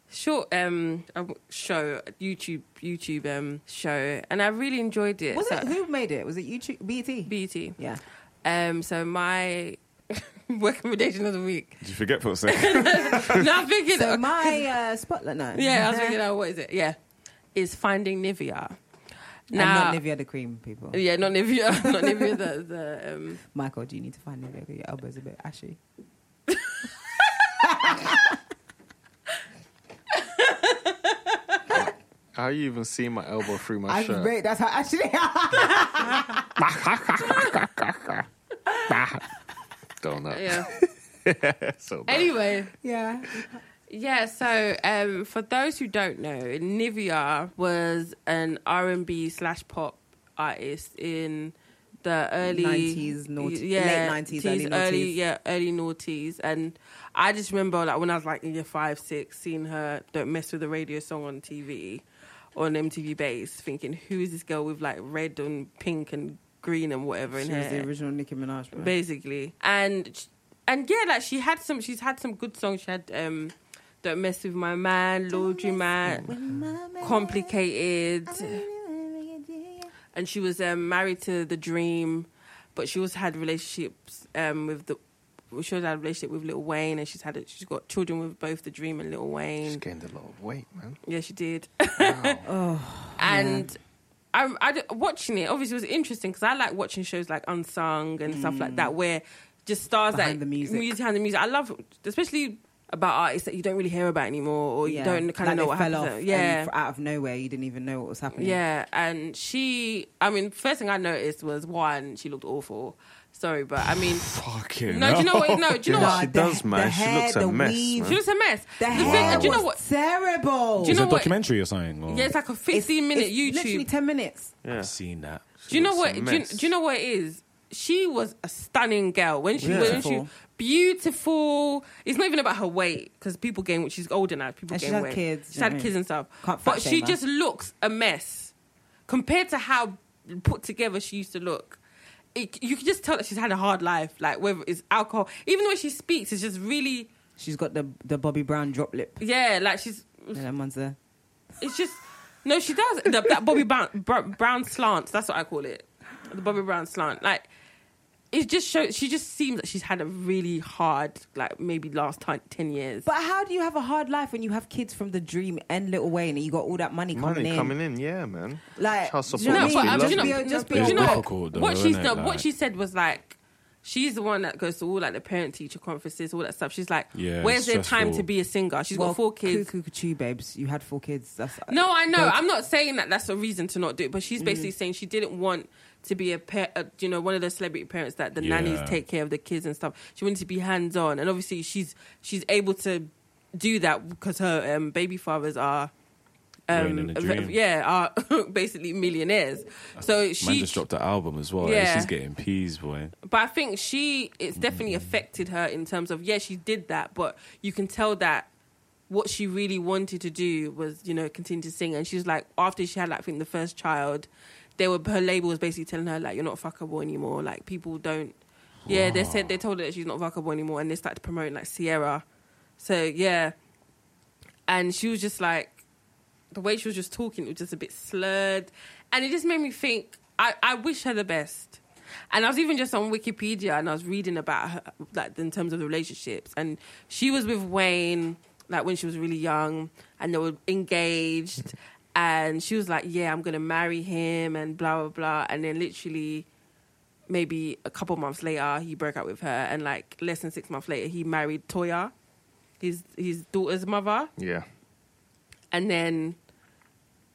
short um um, show, YouTube YouTube um show, and I really enjoyed it.
Was
so,
it who made it? Was it YouTube BT?
Beauty?
yeah.
Um, so my recommendation of the week.
Did you forget for a second?
no, I'm thinking.
So my uh, spotlight no.
yeah, I was thinking. Oh, what is it? Yeah, is Finding Nivea.
And not Nivea the cream people.
Yeah, not Nivea. Not Nivea. The, the um,
Michael, do you need to find Nivea? Your elbow's a bit ashy.
How you even see my elbow through my
I
shirt?
wait, that's how ashy they are.
Don't know.
yeah.
So bad.
Anyway.
yeah.
Yeah, so um, for those who don't know, Nivea was an R and B slash pop artist in the early
90s, noughties- late 90s, early noughties.
yeah, early noughties. And I just remember like when I was like in year five, six, seeing her "Don't Mess with the Radio" song on TV, on MTV Base, thinking, "Who is this girl with like red and pink and green and whatever in
She
her?"
was the
hair?"
original Nicki Minaj. Bro.
basically. And and yeah, like she had some. She's had some good songs. She had um, "Don't Mess with My Man," "Laundry Man," "Complicated," and she was um, married to the Dream, but she also had relationships um, with the. She also had a relationship with Lil Wayne, and she's had a, she's got children with both the Dream and Lil
She's
Wayne.
gained a lot of weight, man.
Yeah, she did.
Oh,
and I, I d- watching it obviously was interesting because I like watching shows like Unsung and stuff like that where just stars
Mm. Behind
that
the music.
behind the music. I love especially about artists that you don't really hear about anymore or you
yeah.
don't kind
Like
of
they
know what
fell
happens.
off.
to- yeah,
and f- out of nowhere, you didn't even know what was happening.
yeah, and she, I mean, first thing I noticed was one, she looked awful. Sorry, but I mean,
Fucking.
no, do you know what? No, do you know
Yeah,
what?
she
the-
does, man.
the
she
hair,
looks a
the
mess.
weave.
man.
She was a mess.
The
The
hair
thing- and do you know
was
what?
terrible.
Do you
Is
know
it a
what-
documentary or something? Or?
Yeah, it's like a fifteen-minute
It's Literally
YouTube.
ten minutes.
Yeah.
I've seen that.
Do you know
looks
what?
a
Do you,
mess.
do you know what it is? She was a stunning girl when she when she
Beautiful.
beautiful. It's not even about her weight because people gain weight. She's older now. People
And
gain
she's had
weight.
kids,
She's had
you know.
kids and stuff.
Can't
but
fat
she
shame her.
just looks a mess compared to how put together she used to look. It, you can just tell that she's had a hard life. Like whether it's alcohol, even the way she speaks, it's just really
She's got the the Bobby Brown drop lip.
yeah. Like she's
Yeah, them ones there.
It's just no. She does the, that Bobby Brown, Br- Brown slant. That's what I call it. The Bobby Brown slant. Like it just shows. She just seems that she's had a really hard, like maybe last ti- ten years.
But how do you have a hard life when you have kids from the dream and little Wayne and you got all that money coming
Money
in?
coming in, yeah, man.
Like,
Child
do
support
you know
no,
what
but
must
I
I
be
mean,
mean?
do
Just
you know,
lovely.
be, just
just
be
you know,
difficult though,
what
isn't
she's
it?
done,
Like-
what she said was like, she's the one that goes to all like the parent teacher conferences, all that stuff. She's like,
Yeah,
where's
it's
there time
stressful.
to be a singer? She's
well,
got four kids.
Cuckoo, cuckoo, babes. You had four kids. That's
No, I know. I'm not saying that that's a reason to not do it, but she's basically saying she didn't want to be a, pa- a you know one of the celebrity parents that the
Yeah.
nannies take care of the kids and stuff. She wanted to be hands on, and obviously she's she's able to do that because her um, baby fathers are.
Reign in
Um,
the dream.
yeah, are basically millionaires. So she
Man just dropped the album as well.
Yeah.
Like, she's getting peas, boy.
but I think she it's definitely affected her in terms of yeah, she did that, but you can tell that what she really wanted to do was you know continue to sing, and she was like after she had like I think the first child, they were her label was basically telling her like you're not fuckable anymore, like people don't. Yeah, they said they told her that she's not fuckable anymore, and they started promoting like Sierra. So yeah, and she was just like the way she was just talking it was just a bit slurred and it just made me think i, I wish her the best and i was even just on wikipedia and i was reading about her like in terms of the relationships and she was with wayne like when she was really young and they were engaged and she was like yeah i'm gonna marry him and blah blah blah and then literally maybe a couple months later he broke up with her and like less than six months later he married toya his his daughter's mother
Yeah.
and then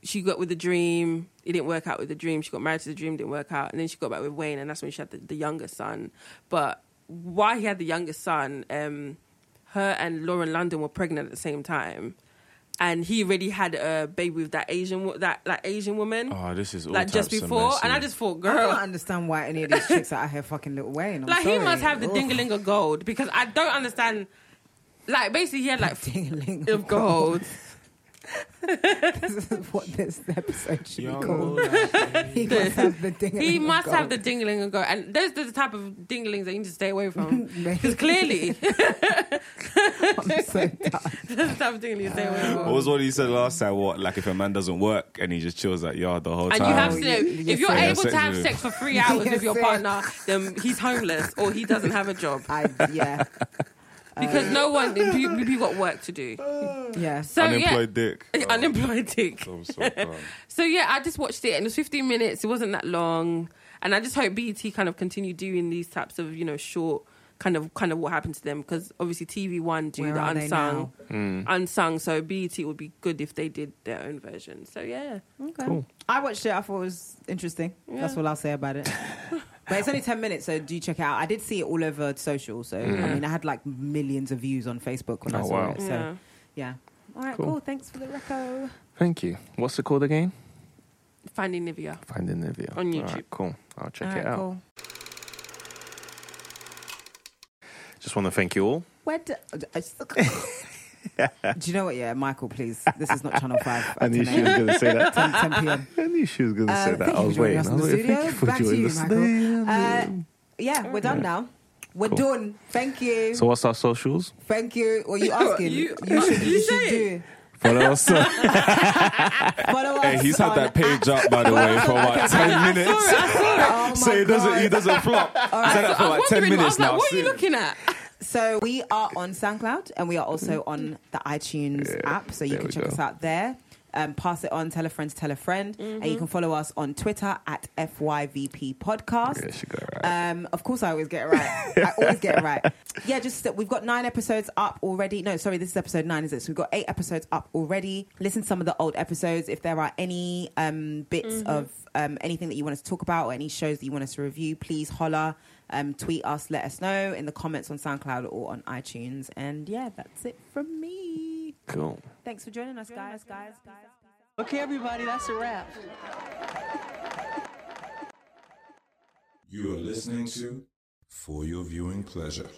she got with the dream. It didn't work out with the dream. She got married to the dream, didn't work out, and then she got back with Wayne, and that's when she had the, the younger son. But why he had the younger son? Um, her and Lauren London were pregnant at the same time, and he already had a baby with that Asian wo- that like Asian woman,
Ah,
Oh, this is all
like just
types of
before. And I
messy.
just thought,
I
girl,
don't understand why any of these chicks are out here fucking little Wayne. I'm
like
sorry.
he must have the dingalinga gold because I don't understand. Like basically, he had like
Ding-a-ling.
of gold.
this is what this episode should be called. he must have the ding.
He must have the dingling and go. And those are the type of dinglings that you need to stay away from.
Maybe.
Because clearly,
I'm so done.
those type of dinglings you stay away
What
from.
was what you said last time? What like if a man doesn't work and he just chills at yard the whole
And
time?
you have to,
you- you're
if you're
saying-
able to have
You're
sex for three hours
You're
with your
saying-
partner, then he's homeless or he doesn't have a job
I, yeah,
because no one, you- you- you've got work to do.
Oh, yeah.
So
unemployed
yeah,
dick.
unemployed dick.
Oh, I'm so calm.
So yeah, I just watched it and it was 15 minutes. It wasn't that long, and I just hope BET kind of continue doing these types of you know short kind of kind of what happened to them because obviously TV One do
Where
the
are they
unsung,
Hmm.
unsung. So BET would be good if they did their own version. So yeah,
Okay. I watched it. I thought it was interesting. That's all I'll say about it. but it's only 10 minutes, so do check it out. I did see it all over social. So, I mean, I had like millions of views on Facebook when I
Oh,
saw
wow.
it. So, yeah.
Yeah.
All right, cool.
Cool.
Thanks for the reco.
Thank you. What's it called again?
Finding Nivea.
Finding the video.
On
All
YouTube.
right, cool. I'll check
All
it
right,
out.
cool.
Just want to thank you all.
Where do, I just- do you know what? Yeah, Michael, please. This is not Channel 5.
I knew she was going to say that.
10, 10 p.m.
I knew she was going to
Uh,
say that.
thank
I
you
was
for joining
waiting.
us
I
in
was
the
waiting.
studio.
Thank you for
Back to
joining
you,
us.
Michael. Uh, yeah, we're done now. We're
Cool.
done. Thank you.
So what's our socials?
Thank you. What are you asking?
You-
should,
you
you should
say
do.
Follow us. hey,
Follow us
he's had
on
that page up by the way for about ten minutes.
Oh
so
my
he doesn't he
God.
doesn't flop. He's had it for
I was
like ten
wondering, I
minutes
was like,
now.
what are you
See?
looking at?
So we are on SoundCloud and we are also on the iTunes app. So you
Mm-hmm. there
can
we
check
go.
us out there. Um, pass it on, tell a friend to tell a friend.
Mm-hmm.
And you can follow us on Twitter at FYVP Podcast.
Yeah, she got it right.
Um, of course, I always get it right. I always get it right. Yeah, just that we've got nine episodes up already. No, sorry, this is episode nine, is it? So we've got eight episodes up already. Listen to some of the old episodes. If there are any um, bits
Mm-hmm.
of um, anything that you want us to talk about or any shows that you want us to review, please holler, um, tweet us, let us know in the comments on SoundCloud or on iTunes. And yeah, that's it from me.
Cool.
Thanks for joining us, guys, guys, guys.
Okay, everybody, that's a wrap.
You are listening to For Your Viewing Pleasure.